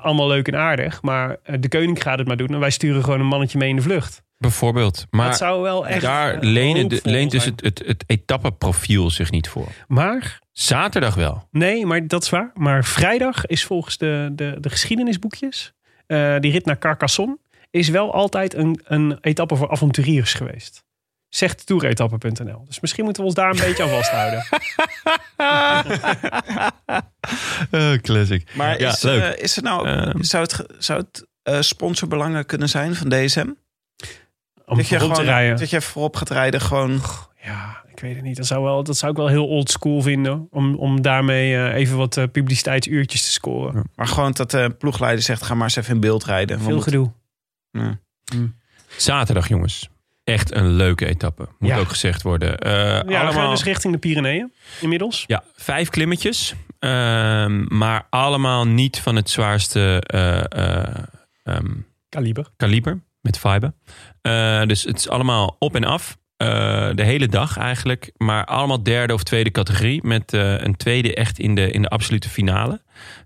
S2: allemaal leuk en aardig, maar eh, de koning gaat het maar doen. En wij sturen gewoon een mannetje mee in de vlucht.
S1: Bijvoorbeeld. Maar
S2: dat zou wel echt.
S1: daar
S2: eh,
S1: lenen de-
S2: hoopvol
S1: leent dus
S2: zijn.
S1: het, het, het etappeprofiel zich niet voor.
S2: Maar,
S1: Zaterdag wel.
S2: nee, maar dat is waar. Maar vrijdag is volgens de, de, de geschiedenisboekjes, eh, die rit naar Carcassonne, is wel altijd een, een etappe voor avonturiers geweest. Zegt toeretappe.nl. Dus misschien moeten we ons daar een beetje aan vasthouden.
S1: classic.
S5: Maar
S1: Ja,
S5: is,
S1: leuk.
S5: eh, is er nou, ook-
S1: Ehm.
S5: zou het, ge- zou het eh, sponsorbelangen kunnen zijn van DSM?
S2: Om
S5: dat, je
S2: voorop te rijden.
S5: dat je voorop gaat rijden, gewoon
S2: Ja, ik weet het niet. Dat zou, wel, dat zou ik wel heel old school vinden. Om, om daarmee eh, even wat eh, publiciteitsuurtjes te scoren.
S5: Maar gewoon dat de ploegleider zegt, ga maar eens even in beeld rijden. We
S2: Veel
S5: moeten-
S2: gedoe.
S5: Ja.
S1: Zaterdag, jongens. Echt een leuke etappe. Moet
S2: Ja.
S1: ook gezegd worden. Eh,
S2: Ja, we gaan
S1: allemaal...
S2: dus richting de Pyreneeën inmiddels.
S1: Ja, vijf klimmetjes. Ehm, maar allemaal niet van het zwaarste eh, eh, ehm,
S2: Kaliber.
S1: kaliber met fiber. Eh, dus het is allemaal op en af. Eh, de hele dag eigenlijk. Maar allemaal derde of tweede categorie. Met eh, een tweede echt in de, in de absolute finale.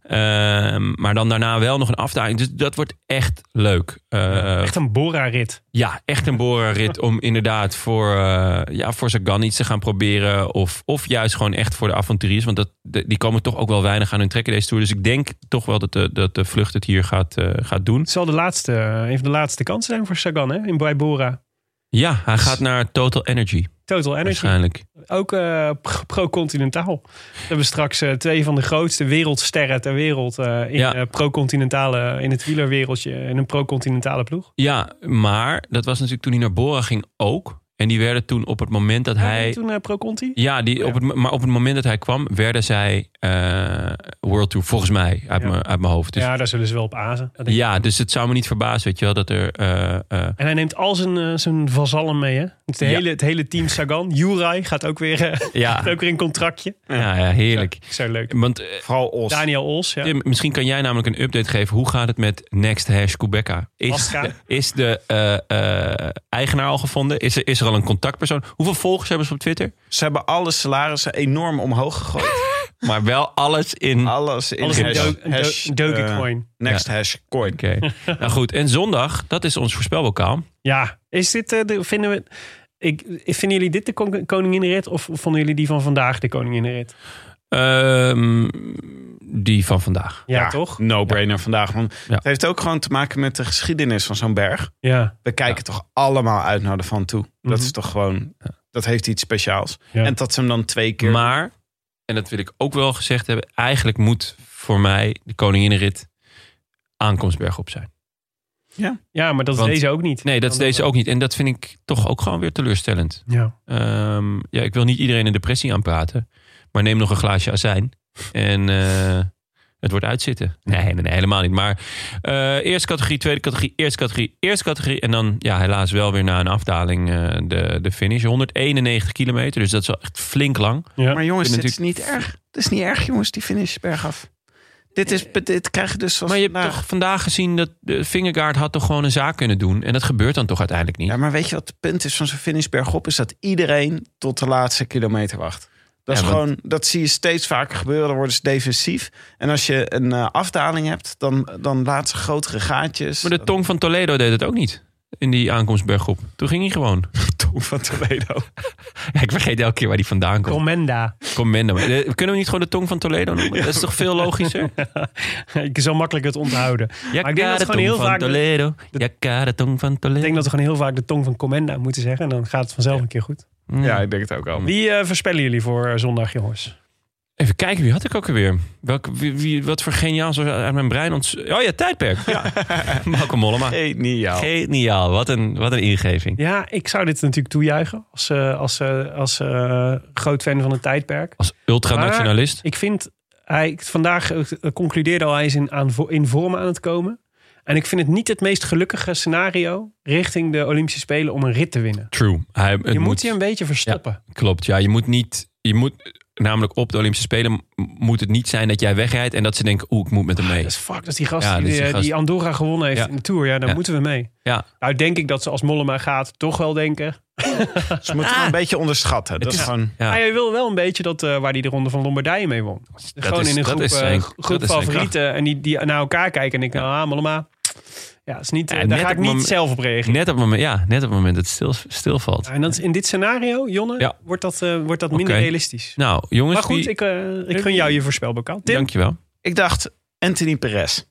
S1: Ehm, maar dan daarna wel nog een afdaling. Dus dat wordt echt leuk. Eh,
S2: Echt een Bora-rit.
S1: ja, echt een borenrit om inderdaad voor, eh ja, voor Sagan iets te gaan proberen. Of, of juist gewoon echt voor de avonturiers. Want dat, de- die komen toch ook wel weinig aan hun trekken deze tour. Dus ik denk toch wel dat de, dat de vlucht het hier gaat, eh, gaat doen.
S2: Het zal de laatste, eh, een van de laatste kansen zijn voor Sagan hè? In, bij Bora.
S1: Ja, hij gaat naar Total Energy
S2: Total Energy.
S1: waarschijnlijk.
S2: Ook eh, pro- pro-continentaal. We hebben straks eh, twee van de grootste wereldsterren ter wereld. eh, in,
S1: Ja.
S2: eh, pro-continentale, in het wielerwereldje. In een pro-continentale ploeg.
S1: Ja, maar dat was natuurlijk toen hij naar Bora ging ook. En die werden toen op het moment dat
S2: Ja,
S1: hij... Oh
S2: Toen eh, pro-conti.
S1: Ja, die, Op het, maar op het moment dat hij kwam, werden zij eh, World Tour, volgens mij, uit,
S2: Ja.
S1: mijn, uit mijn hoofd. Dus, ja.
S2: ja, daar zullen ze wel op azen. Dat denk ik.
S1: dus het zou me niet verbazen, weet je wel, dat er... eh, eh,
S2: En hij neemt al zijn, eh, zijn vazallen mee, hè? Het,
S1: Ja.
S2: hele, het hele team Sagan. Juraj gaat ook weer, eh,
S1: ja,
S2: gaat ook weer een contractje.
S1: ja, ja, heerlijk.
S2: Zo leuk.
S1: Want eh,
S5: Vooral Os.
S2: Daniel Ols, ja.
S1: Tim, misschien kan jij namelijk een update geven. Hoe gaat het met Next Hash Quebecca? Is,
S2: Pasca.
S1: de- is de eh, eh, eigenaar al gevonden? Is er, is er al een contactpersoon? Hoeveel volgers hebben ze op Twitter?
S5: Ze hebben alle salarissen enorm omhoog gegooid.
S1: Maar wel alles in...
S5: Alles in
S2: Alles in
S5: hash-
S2: Do-
S5: hash,
S2: Do- Dogecoin.
S5: eh, next hash coin.
S1: Oké. nou goed, en zondag, dat is ons voorspelbokaal.
S2: Ja, is dit, eh, de, vinden we... Ik, vinden jullie dit de kon- koninginrit of vonden jullie die van vandaag de koninginrit?
S1: Ehm, die van vandaag.
S2: Ja, toch?
S5: No-brainer vandaag. Want
S1: Ja.
S5: Het heeft ook gewoon te maken met de geschiedenis van zo'n berg.
S2: Ja.
S5: We kijken toch allemaal uit naar de Van toe. Dat
S1: Mhm.
S5: is toch gewoon... Dat heeft iets speciaals.
S2: Ja.
S5: En dat ze hem dan twee keer...
S1: Maar, en dat wil ik ook wel gezegd hebben... eigenlijk moet voor mij de koninginrit aankomstberg op zijn.
S2: ja, maar dat is
S1: Want-
S2: deze ook niet.
S1: Nee, dat is deze ook niet. En dat vind ik toch ook gewoon weer teleurstellend.
S2: Ja.
S1: Ehm, ja, ik wil niet iedereen een depressie aanpraten. Maar neem nog een glaasje azijn. En eh, het wordt uitzitten. Nee, nee, nee, helemaal niet. Maar eh, eerste categorie, tweede categorie, eerste categorie, eerste categorie. En dan ja, helaas wel weer na een afdaling eh, de, de finish. 191 kilometer, dus dat is wel echt flink lang.
S2: ja.
S5: Maar jongens,
S1: Ik
S5: dit
S1: vind
S5: is niet erg. Het is niet erg, jongens, die finish bergaf. Dit, is, dit krijg je dus als
S1: Maar je hebt toch vandaag gezien dat de Vingegaard had toch gewoon een zaak kunnen doen. En dat gebeurt dan toch uiteindelijk niet.
S5: Ja, maar weet je wat het punt is van zo'n finish bergop? Is dat iedereen tot de laatste kilometer wacht. Dat,
S1: Ja,
S5: is
S1: want-
S5: gewoon, dat zie je steeds vaker gebeuren. Dan worden ze defensief. En als je een eh, afdaling hebt, dan, dan laat ze grotere gaatjes.
S1: Maar de tong van Toledo deed het ook niet. In die aankomstbergop. Toen ging hij gewoon.
S5: tong van Toledo.
S1: Ja, ik vergeet elke keer waar die vandaan komt.
S2: Comenda.
S1: Commando. Maar, eh, Kunnen we niet gewoon de tong van Toledo noemen? Dat is toch veel logischer?
S2: ik zo makkelijk het onthouden.
S1: Ja,
S2: ik denk dat
S1: de
S2: het gewoon
S1: tong
S2: heel
S1: van
S2: vaak... Ik
S1: Toledo. Ja, de tong van Toledo.
S2: denk dat we gewoon heel vaak de tong van Comenda moeten zeggen. En dan gaat het vanzelf een keer goed.
S1: Mm.
S5: Ja, ik denk het ook al.
S2: Wie eh, voorspellen jullie voor eh, zondag, jongens?
S1: Even kijken, wie had ik ook alweer? Welk, wie, wie- wat voor geniaal uit mijn brein ont... Oh ja, tijdperk. Ja. Malcolm Mollema.
S5: Geniaal.
S1: Geniaal. Wat een, wat een ingeving.
S2: Ja, ik zou dit natuurlijk toejuichen. Als, eh, als, eh, als eh, groot fan van het tijdperk.
S1: Als ultranationalist.
S2: Ik vind, hij vandaag eh, concludeerde al, hij is in, aan, in vorm aan het komen. En ik vind het niet het meest gelukkige scenario richting de Olympische Spelen om een rit te winnen.
S1: True. Hij, het
S2: je moet,
S1: moet-
S2: je een beetje verstoppen.
S1: Klopt, ja. Je moet niet... Je moet, eh, namelijk op de Olympische Spelen m- moet het niet zijn dat jij wegrijdt... en dat ze denken, oeh, ik moet met hem mee.
S2: Ah, Dat is fuck, dat is die gast,
S1: Ja,
S2: die,
S1: dat is die
S2: eh,
S1: gast.
S2: die Andorra gewonnen heeft
S1: Ja.
S2: in de Tour. Ja, daar
S1: Ja.
S2: moeten we mee.
S1: Ja.
S2: Nou, denk ik dat ze als Mollema gaat toch wel denken.
S5: Ze moeten hem een beetje onderschatten. Dat is gewoon...
S1: Ja.
S2: Hij wil wel een beetje dat, eh, waar hij de ronde van Lombardije mee won. Gewoon
S1: is-
S2: in een
S1: dat
S2: groep,
S1: is
S2: eh,
S1: zijn- dat
S2: groep
S1: is zijn
S2: favorieten en die, die naar elkaar kijken. En ik, nou, ah, Mollema, ja, dat is niet, eh,
S1: Ja,
S2: daar
S1: net
S2: ga ik
S1: op
S2: niet
S1: mom-
S2: zelf op reageren.
S1: Net op het moment, ja, net op het moment dat het stil, stilvalt.
S2: Ja, en dat is in dit scenario, Jonne,
S1: Ja.
S2: wordt dat, eh, wordt dat minder
S1: Oké.
S2: realistisch.
S1: Nou, jongens,
S2: Maar goed,
S1: wie-
S2: ik, eh, ik gun jou je voorspelbokaal. Tim,
S1: dankjewel.
S5: Ik dacht, Anthony Perez.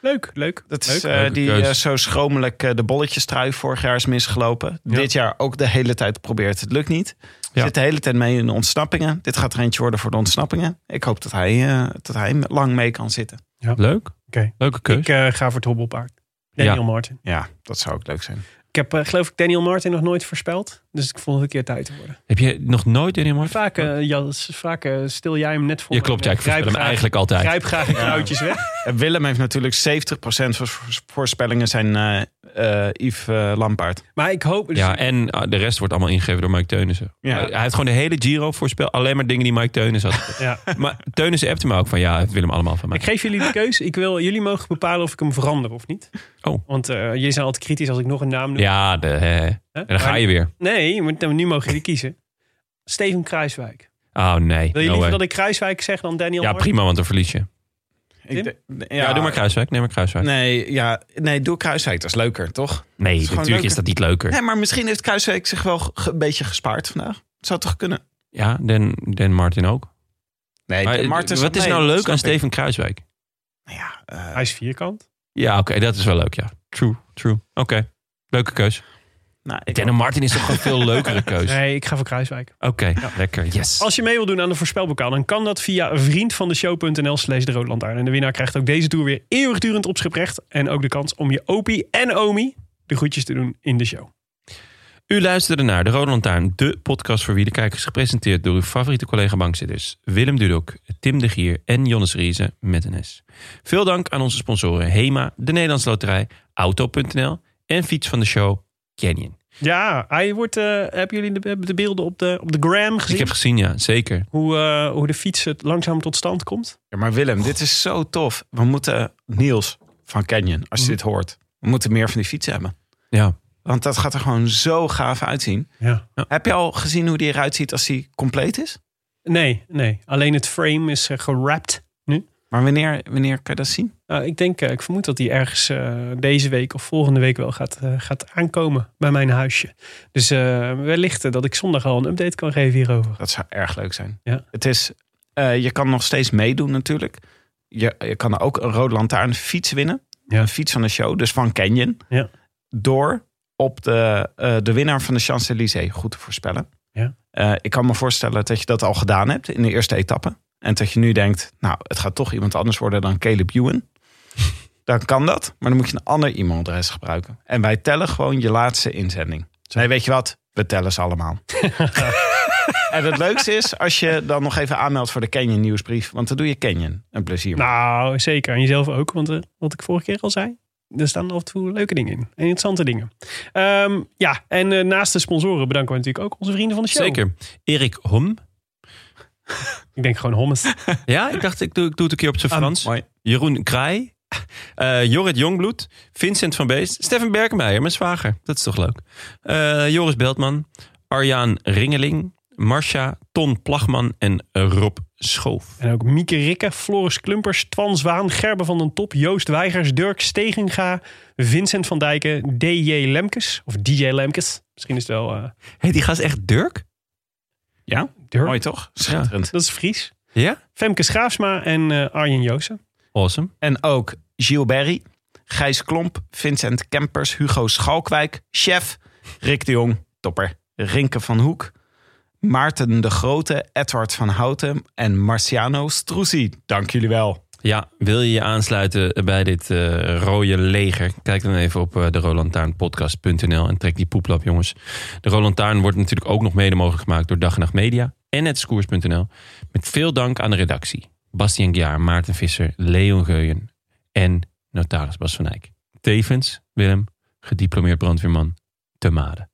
S2: leuk, leuk.
S5: Dat
S1: Leuk.
S5: is eh,
S1: Leuke
S5: die
S1: keus.
S5: eh, zo schromelijk eh, de bolletjes trui vorig jaar is misgelopen. Dit jaar ook de hele tijd probeert. Het lukt niet.
S1: Ja.
S5: Zit de hele tijd mee in de ontsnappingen. Dit gaat er eentje worden voor de ontsnappingen. Ik hoop dat hij, eh, dat hij lang mee kan zitten.
S1: Leuk.
S2: Oké.
S1: Leuke keus.
S2: Ik eh, ga voor het hobbelpaard. Daniel
S1: Ja.
S2: Martin.
S5: Ja, dat zou ook leuk zijn.
S2: Ik heb, eh, geloof ik, Daniel Martin nog nooit voorspeld. Dus ik vond het een keer tijd te worden.
S1: Heb je nog nooit in Martin?
S2: Vaak, eh, Jas, vaak eh, stil jij hem net voor
S1: Je
S2: me.
S1: klopt, ja. Ik
S2: Grijp
S1: voorspel hem
S2: graag-
S1: eigenlijk altijd.
S2: Grijp graag de klauwtjes weg.
S5: En Eh, Willem heeft natuurlijk 70% van zijn voorspellingen zijn eh, eh, Yves eh, Lampaard.
S2: Maar ik hoop... Dus,
S1: Ja, en ah, de rest wordt allemaal ingegeven door Mike Teunissen.
S5: Ja.
S1: Hij- Hij heeft gewoon de hele Giro voorspel. Alleen maar dingen die Mike Teunissen had.
S2: ja.
S1: maar Teunissen appte me ook van, ja, het wil hem allemaal van mij.
S2: Ik geef jullie de keuze. Ik wil, jullie mogen bepalen of ik hem verander of niet.
S1: Oh.
S2: Want eh, jullie zijn altijd kritisch als ik nog een naam noem.
S1: Ja, de, hè. en
S2: Hè?
S1: dan ga je weer.
S2: Nee, maar nou, nu mogen jullie kiezen. Steven Kruiswijk.
S1: Oh nee,
S2: Wil je
S1: no
S2: liever
S1: way.
S2: dat ik Kruiswijk zeg dan Daniel
S1: Ja,
S2: Martin?
S1: prima, want dan verlies je.
S2: Tim?
S5: Ik d-
S1: Ja, doe maar Kruiswijk. Neem maar Kruiswijk.
S5: Nee, ja, nee, doe Kruiswijk. Dat is leuker, toch?
S1: Nee,
S5: gewoon
S1: natuurlijk
S5: leuker.
S1: is dat niet leuker.
S5: Nee, maar misschien heeft Kruiswijk zich wel ge- een beetje gespaard vandaag. Het zou toch kunnen?
S1: Ja, Dan, Dan Martin ook.
S5: Nee, eh,
S1: Maar,
S5: de- Martens
S1: wat
S5: had
S1: is
S5: mee,
S1: nou leuk
S5: snap
S1: aan
S5: ik.
S1: Steven Kruiswijk?
S5: Nou Ja, eh,
S2: Hij is vierkant.
S1: Ja, oké, dat is wel leuk, ja. True, true. Oké, leuke keus.
S5: nou, ik-
S1: Dennis Martin is toch gewoon veel leukere keus.
S2: Nee, ik ga voor Kruiswijk.
S1: Oké, lekker. Yes.
S2: Als je mee wil doen aan de voorspelbokaal, dan kan dat via vriendvandeshow.nl slash de Roodlantaarn. En de winnaar krijgt ook deze tour weer eeuwigdurend op schip recht. En ook de kans om je opie en omi de groetjes te doen in de show.
S1: U luisterde naar De Rode Lantaarn, de podcast voor wielerkijkers, gepresenteerd door uw favoriete collega-bankzitters Willem Dudok, Tim de Gier en Jonas Riese met een S. Veel dank aan onze sponsoren HEMA, de Nederlandse Loterij, Auto.nl en fiets van de show Canyon.
S2: Ja, hij wordt, eh, hebben jullie de, de beelden op de, op de gram gezien?
S1: Dus Ik heb gezien, ja, zeker.
S2: hoe, eh, hoe de fiets het langzaam tot stand komt?
S5: Ja, maar Willem, dit is zo tof. We moeten eh, Niels van Canyon, als je dit hoort. We moeten meer van die fietsen hebben.
S1: Ja.
S5: Want dat gaat er gewoon zo gaaf uitzien.
S2: Ja.
S5: Heb je al gezien hoe die eruit ziet als die compleet is?
S2: Nee, nee. Alleen het frame is eh, gerapt nu.
S5: Maar wanneer, wanneer kan je dat zien?
S2: Eh, ik denk, eh, ik vermoed dat die ergens eh, deze week of volgende week wel gaat, eh, gaat aankomen bij mijn huisje. Dus eh, wellicht eh, dat ik zondag al een update kan geven hierover.
S5: Dat zou erg leuk zijn.
S2: Ja.
S5: Het is, eh, je kan nog steeds meedoen natuurlijk. Je, je kan ook een rode lantaarn fiets winnen.
S2: Ja.
S5: Een fiets van de show, dus van Canyon.
S2: Ja.
S5: Door op de, eh, de winnaar van de Champs-Élysées goed te voorspellen.
S2: Ja.
S5: Eh, ik kan me voorstellen dat je dat al gedaan hebt in de eerste etappe. En dat je nu denkt, nou, het gaat toch iemand anders worden dan Caleb Ewan. dan kan dat, maar dan moet je een ander e-mailadres gebruiken. En wij tellen gewoon je laatste inzending. Nee, weet je wat? We tellen ze allemaal. En het leukste is als je dan nog even aanmeldt voor de Canyon nieuwsbrief. Want dan doe je Canyon een plezier. mee.
S2: Nou, zeker. En jezelf ook, want eh, wat ik vorige keer al zei. Er staan af en toe leuke dingen in. En interessante dingen. Ehm, ja, en eh, naast de sponsoren bedanken we natuurlijk ook onze vrienden van de show.
S1: Zeker. Erik Hom.
S2: Ik denk gewoon hommes.
S1: Ja, ik dacht, ik doe, ik doe het een keer op zijn Frans.
S5: mooi.
S1: Jeroen Kraai. eh, Jorrit Jongbloed. Vincent van Beest. Steffen Berkemeijer, mijn zwager. Dat is toch leuk. Eh, Joris Beltman. Arjaan Ringeling. Marcia, Ton Plagman en Rob Schoof.
S2: En ook Mieke Rikke, Floris Klumpers, Twan Zwaan, Gerben van den Top, Joost Weigers, Dirk Stegenga, Vincent van Dijken, DJ Lemkes. Of DJ Lemkes. Misschien is het wel eh,
S1: Hé, die gast echt Dirk?
S5: Ja,
S2: Dirk.
S5: mooi toch? Schitterend.
S2: Dat is Fries.
S1: Ja?
S2: Femke Schaafsma en eh, Arjen Joosen.
S1: Awesome.
S5: En ook Gilles Berry, Gijs Klomp, Vincent Kempers, Hugo Schalkwijk, Chef, Rick de Jong, Topper, Rinke van Hoek, Maarten de Grote, Edward van Houten en Marciano Struzzi. Dank jullie wel.
S1: Ja, wil je je aansluiten bij dit eh, rode leger? Kijk dan even op eh, de rolantaarnpodcast.nl en trek die poeplap, jongens. De Rolantaarn wordt natuurlijk ook nog mede mogelijk gemaakt door Dag en Nacht Media en het Skoers.nl. Met veel dank aan de redactie. Bastian Gjaar, Maarten Visser, Leon Geuyen en notaris Bas van Eyck. Tevens, Willem, gediplomeerd brandweerman te Made.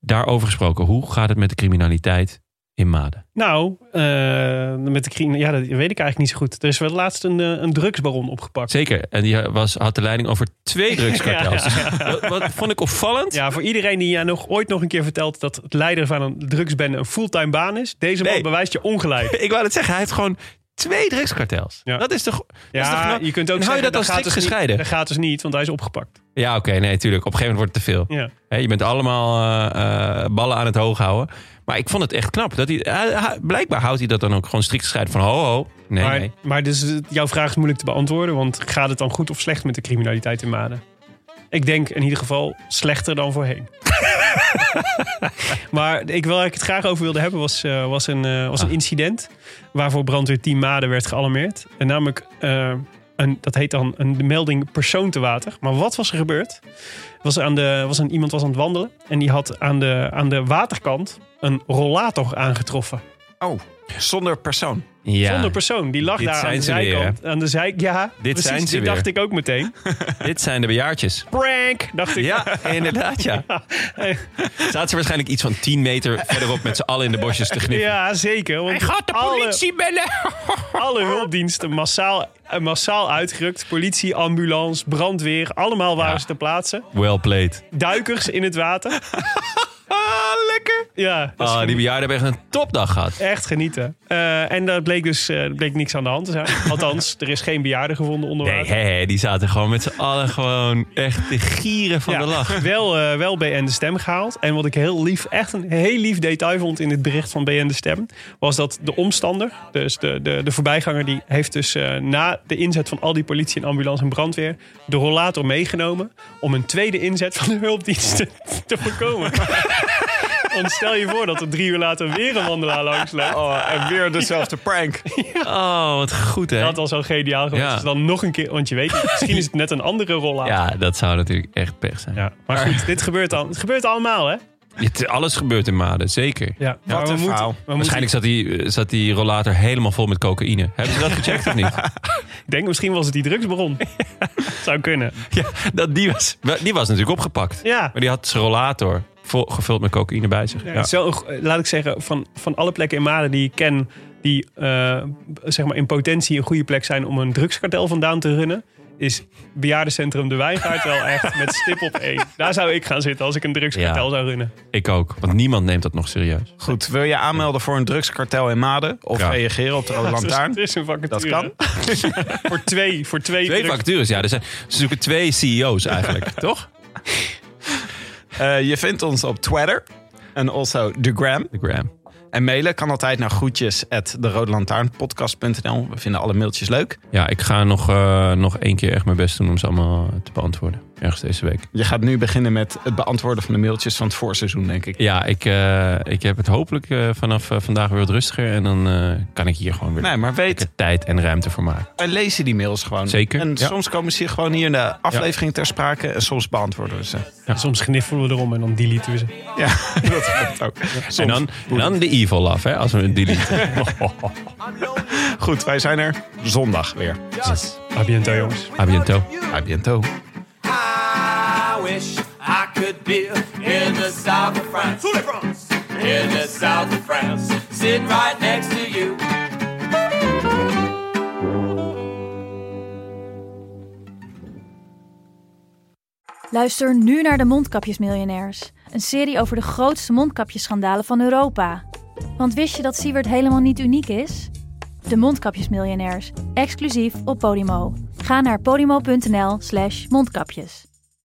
S1: Daarover gesproken, hoe gaat het met de criminaliteit in Made?
S2: Nou, eh, met de crime, ja, dat weet ik eigenlijk niet zo goed. Er is wel laatst een, eh, een drugsbaron opgepakt.
S1: Zeker, en die was, had de leiding over twee drugskartels.
S2: Ja.
S1: Wat, wat vond ik opvallend.
S2: Ja, voor iedereen die ja nog ooit nog een keer vertelt dat het leider van een drugsbende een fulltime baan is, deze man
S1: Nee.
S2: bewijst je ongelijk.
S1: Ik wou het zeggen, hij heeft gewoon twee drugskartels.
S2: Ja.
S1: Dat is toch... dat is toch
S2: Ja,
S1: knap?
S2: je kunt ook
S1: En hou je
S2: zeggen,
S1: dat dan
S2: gaat
S1: strikt
S2: dus niet-
S1: gescheiden?
S2: Dat gaat dus niet, want hij is opgepakt.
S1: Ja, oké, nee, tuurlijk. Op een gegeven moment wordt het te veel.
S2: Ja.
S1: Hè, je bent allemaal eh, eh, ballen aan het hoog houden. Maar ik vond het echt knap. Dat hij, hij- hij- blijkbaar houdt hij dat dan ook gewoon strikt gescheiden van ho, ho. Nee,
S2: maar,
S1: nee.
S2: maar dus, eh, jouw vraag is moeilijk te beantwoorden, want gaat het dan goed of slecht met de criminaliteit in Maden? Ik denk in ieder geval slechter dan voorheen. maar ik, waar ik het graag over wilde hebben was, eh, was, een, eh, was een
S1: Ah.
S2: incident waarvoor brandweer 10 Maden werd gealarmeerd. En namelijk, eh, een, dat heet dan een, de melding persoon te water. Maar wat was er gebeurd? Was aan de, was een, iemand was aan het wandelen en die had aan de, aan de waterkant een rollator aangetroffen.
S5: Oh, zonder persoon.
S1: Ja,
S2: Zonder persoon. Die lag
S1: Dit
S2: daar aan
S1: zijn
S2: de
S1: ze weer,
S2: zijkant. aan de zij... Ja, dit precies.
S1: zijn ze
S2: dit
S1: weer.
S2: dacht ik ook meteen.
S1: dit zijn de bejaardjes.
S2: Prank, dacht ik.
S1: Ja, inderdaad, ja. Zaten ze waarschijnlijk iets van 10 meter verderop met z'n allen in de bosjes te knippen.
S2: Ja, zeker. Want
S1: bellen!
S2: Alle, alle hulpdiensten massaal, eh, massaal uitgerukt. Politie, ambulance, brandweer. Allemaal waren
S1: Ja.
S2: ze te plaatsen.
S1: Well played.
S2: Duikers in het water.
S1: Ah, lekker!
S2: Ja, dat is
S1: Ah, die bejaarden hebben echt een topdag gehad.
S2: echt genieten. Eh, en daar bleek dus eh, er bleek niks aan de hand te zijn. Althans, er is geen bejaarde gevonden onder
S1: Nee,
S2: water.
S1: hè, hè, die zaten gewoon met z'n allen gewoon echt te gieren van de lach.
S2: Wel, eh, wel BN de Stem gehaald. En wat ik heel lief, echt een heel lief detail vond in het bericht van BN de Stem, was dat de omstander, dus de, de, de voorbijganger, die heeft dus eh, na de inzet van al die politie en ambulance en brandweer de rollator meegenomen om een tweede inzet van de hulpdiensten te voorkomen. Want stel je voor dat er drie uur later weer een wandelaar langs loopt.
S5: Oh, en weer dezelfde prank.
S1: Oh, wat goed hè.
S2: Dat was al geniaal geweest.
S1: Ja.
S2: Dus dan nog een keer, want je weet niet, misschien is het net een andere rollator.
S1: Ja, dat zou natuurlijk echt pech zijn.
S2: Ja, maar goed, dit gebeurt, al, het gebeurt allemaal, hè?
S1: Het- alles gebeurt in Maden, zeker.
S2: Ja, maar
S5: Wat
S2: we
S5: een
S2: moeten-
S5: verhaal.
S2: we moeten-
S1: Waarschijnlijk zat die, eh, zat die rollator helemaal vol met cocaïne. Hebben ze dat gecheckt of niet?
S2: Ik denk misschien was het die drugsbron. Zou kunnen.
S1: Ja, dat, die, was, die was natuurlijk opgepakt.
S2: Ja.
S1: Maar die had zijn rollator vol, gevuld met cocaïne bij zich.
S2: Ja,
S1: Ja.
S2: het is wel een go- eh, laat ik zeggen, van, van alle plekken in Maden die ik ken, die eh, zeg maar in potentie een goede plek zijn om een drugskartel vandaan te runnen, is bejaardencentrum De Wijngaard wel echt met stip op één. Daar zou ik gaan zitten als ik een drugskartel
S1: Ja.
S2: zou runnen. Dus
S1: Ik ook, want niemand neemt dat nog serieus.
S5: Goed, wil je aanmelden voor een drugskartel in Maden? Of
S1: Ja.
S5: reageren op de Rode
S2: Dus
S5: Lantaarn?
S2: het is een vacature.
S5: Dat
S2: voor twee, voor twee,
S1: Twee
S2: drugs-
S1: vacatures, ja. Er zijn, ze zoeken twee CEO's eigenlijk, toch?
S5: Eh, je vindt ons op Twitter en also de Gram.
S1: De Graham.
S5: En mailen kan altijd naar groetjes at derodelantaarnpodcast.nl. We vinden alle mailtjes leuk.
S1: Ja, ik ga nog, eh, nog één keer echt mijn best doen om ze allemaal eh, te beantwoorden. Ergens deze week.
S5: Je gaat nu beginnen met het beantwoorden van de mailtjes van het voorseizoen, denk ik.
S1: Ja, ik, eh, ik heb het hopelijk eh, vanaf eh, vandaag weer wat rustiger. En dan eh, kan ik hier gewoon weer
S5: Nee, maar weet,
S1: lekker tijd en ruimte voor maken.
S5: wij lezen die mails gewoon.
S1: Zeker,
S5: En
S1: ja.
S5: soms komen ze gewoon hier in de aflevering ter sprake en soms beantwoorden we ze.
S2: Ja, Soms gniffelen we erom en dan deleten we ze.
S5: Ja, dat klopt ook.
S1: En dan, en dan de evil love, hè, als we het deleten.
S5: Goed, wij zijn er zondag weer.
S2: A bientôt, jongens.
S1: A bientôt.
S5: A bientôt.
S4: I wish I could be in the south of France. In the south of France, sitting right next to you.
S7: Luister nu naar de Mondkapjesmiljonairs. Een serie over de grootste mondkapjesschandalen van Europa. Want wist je dat Siewert helemaal niet uniek is? De Mondkapjesmiljonairs, exclusief op Podimo. Ga naar podimo.nl slash mondkapjes.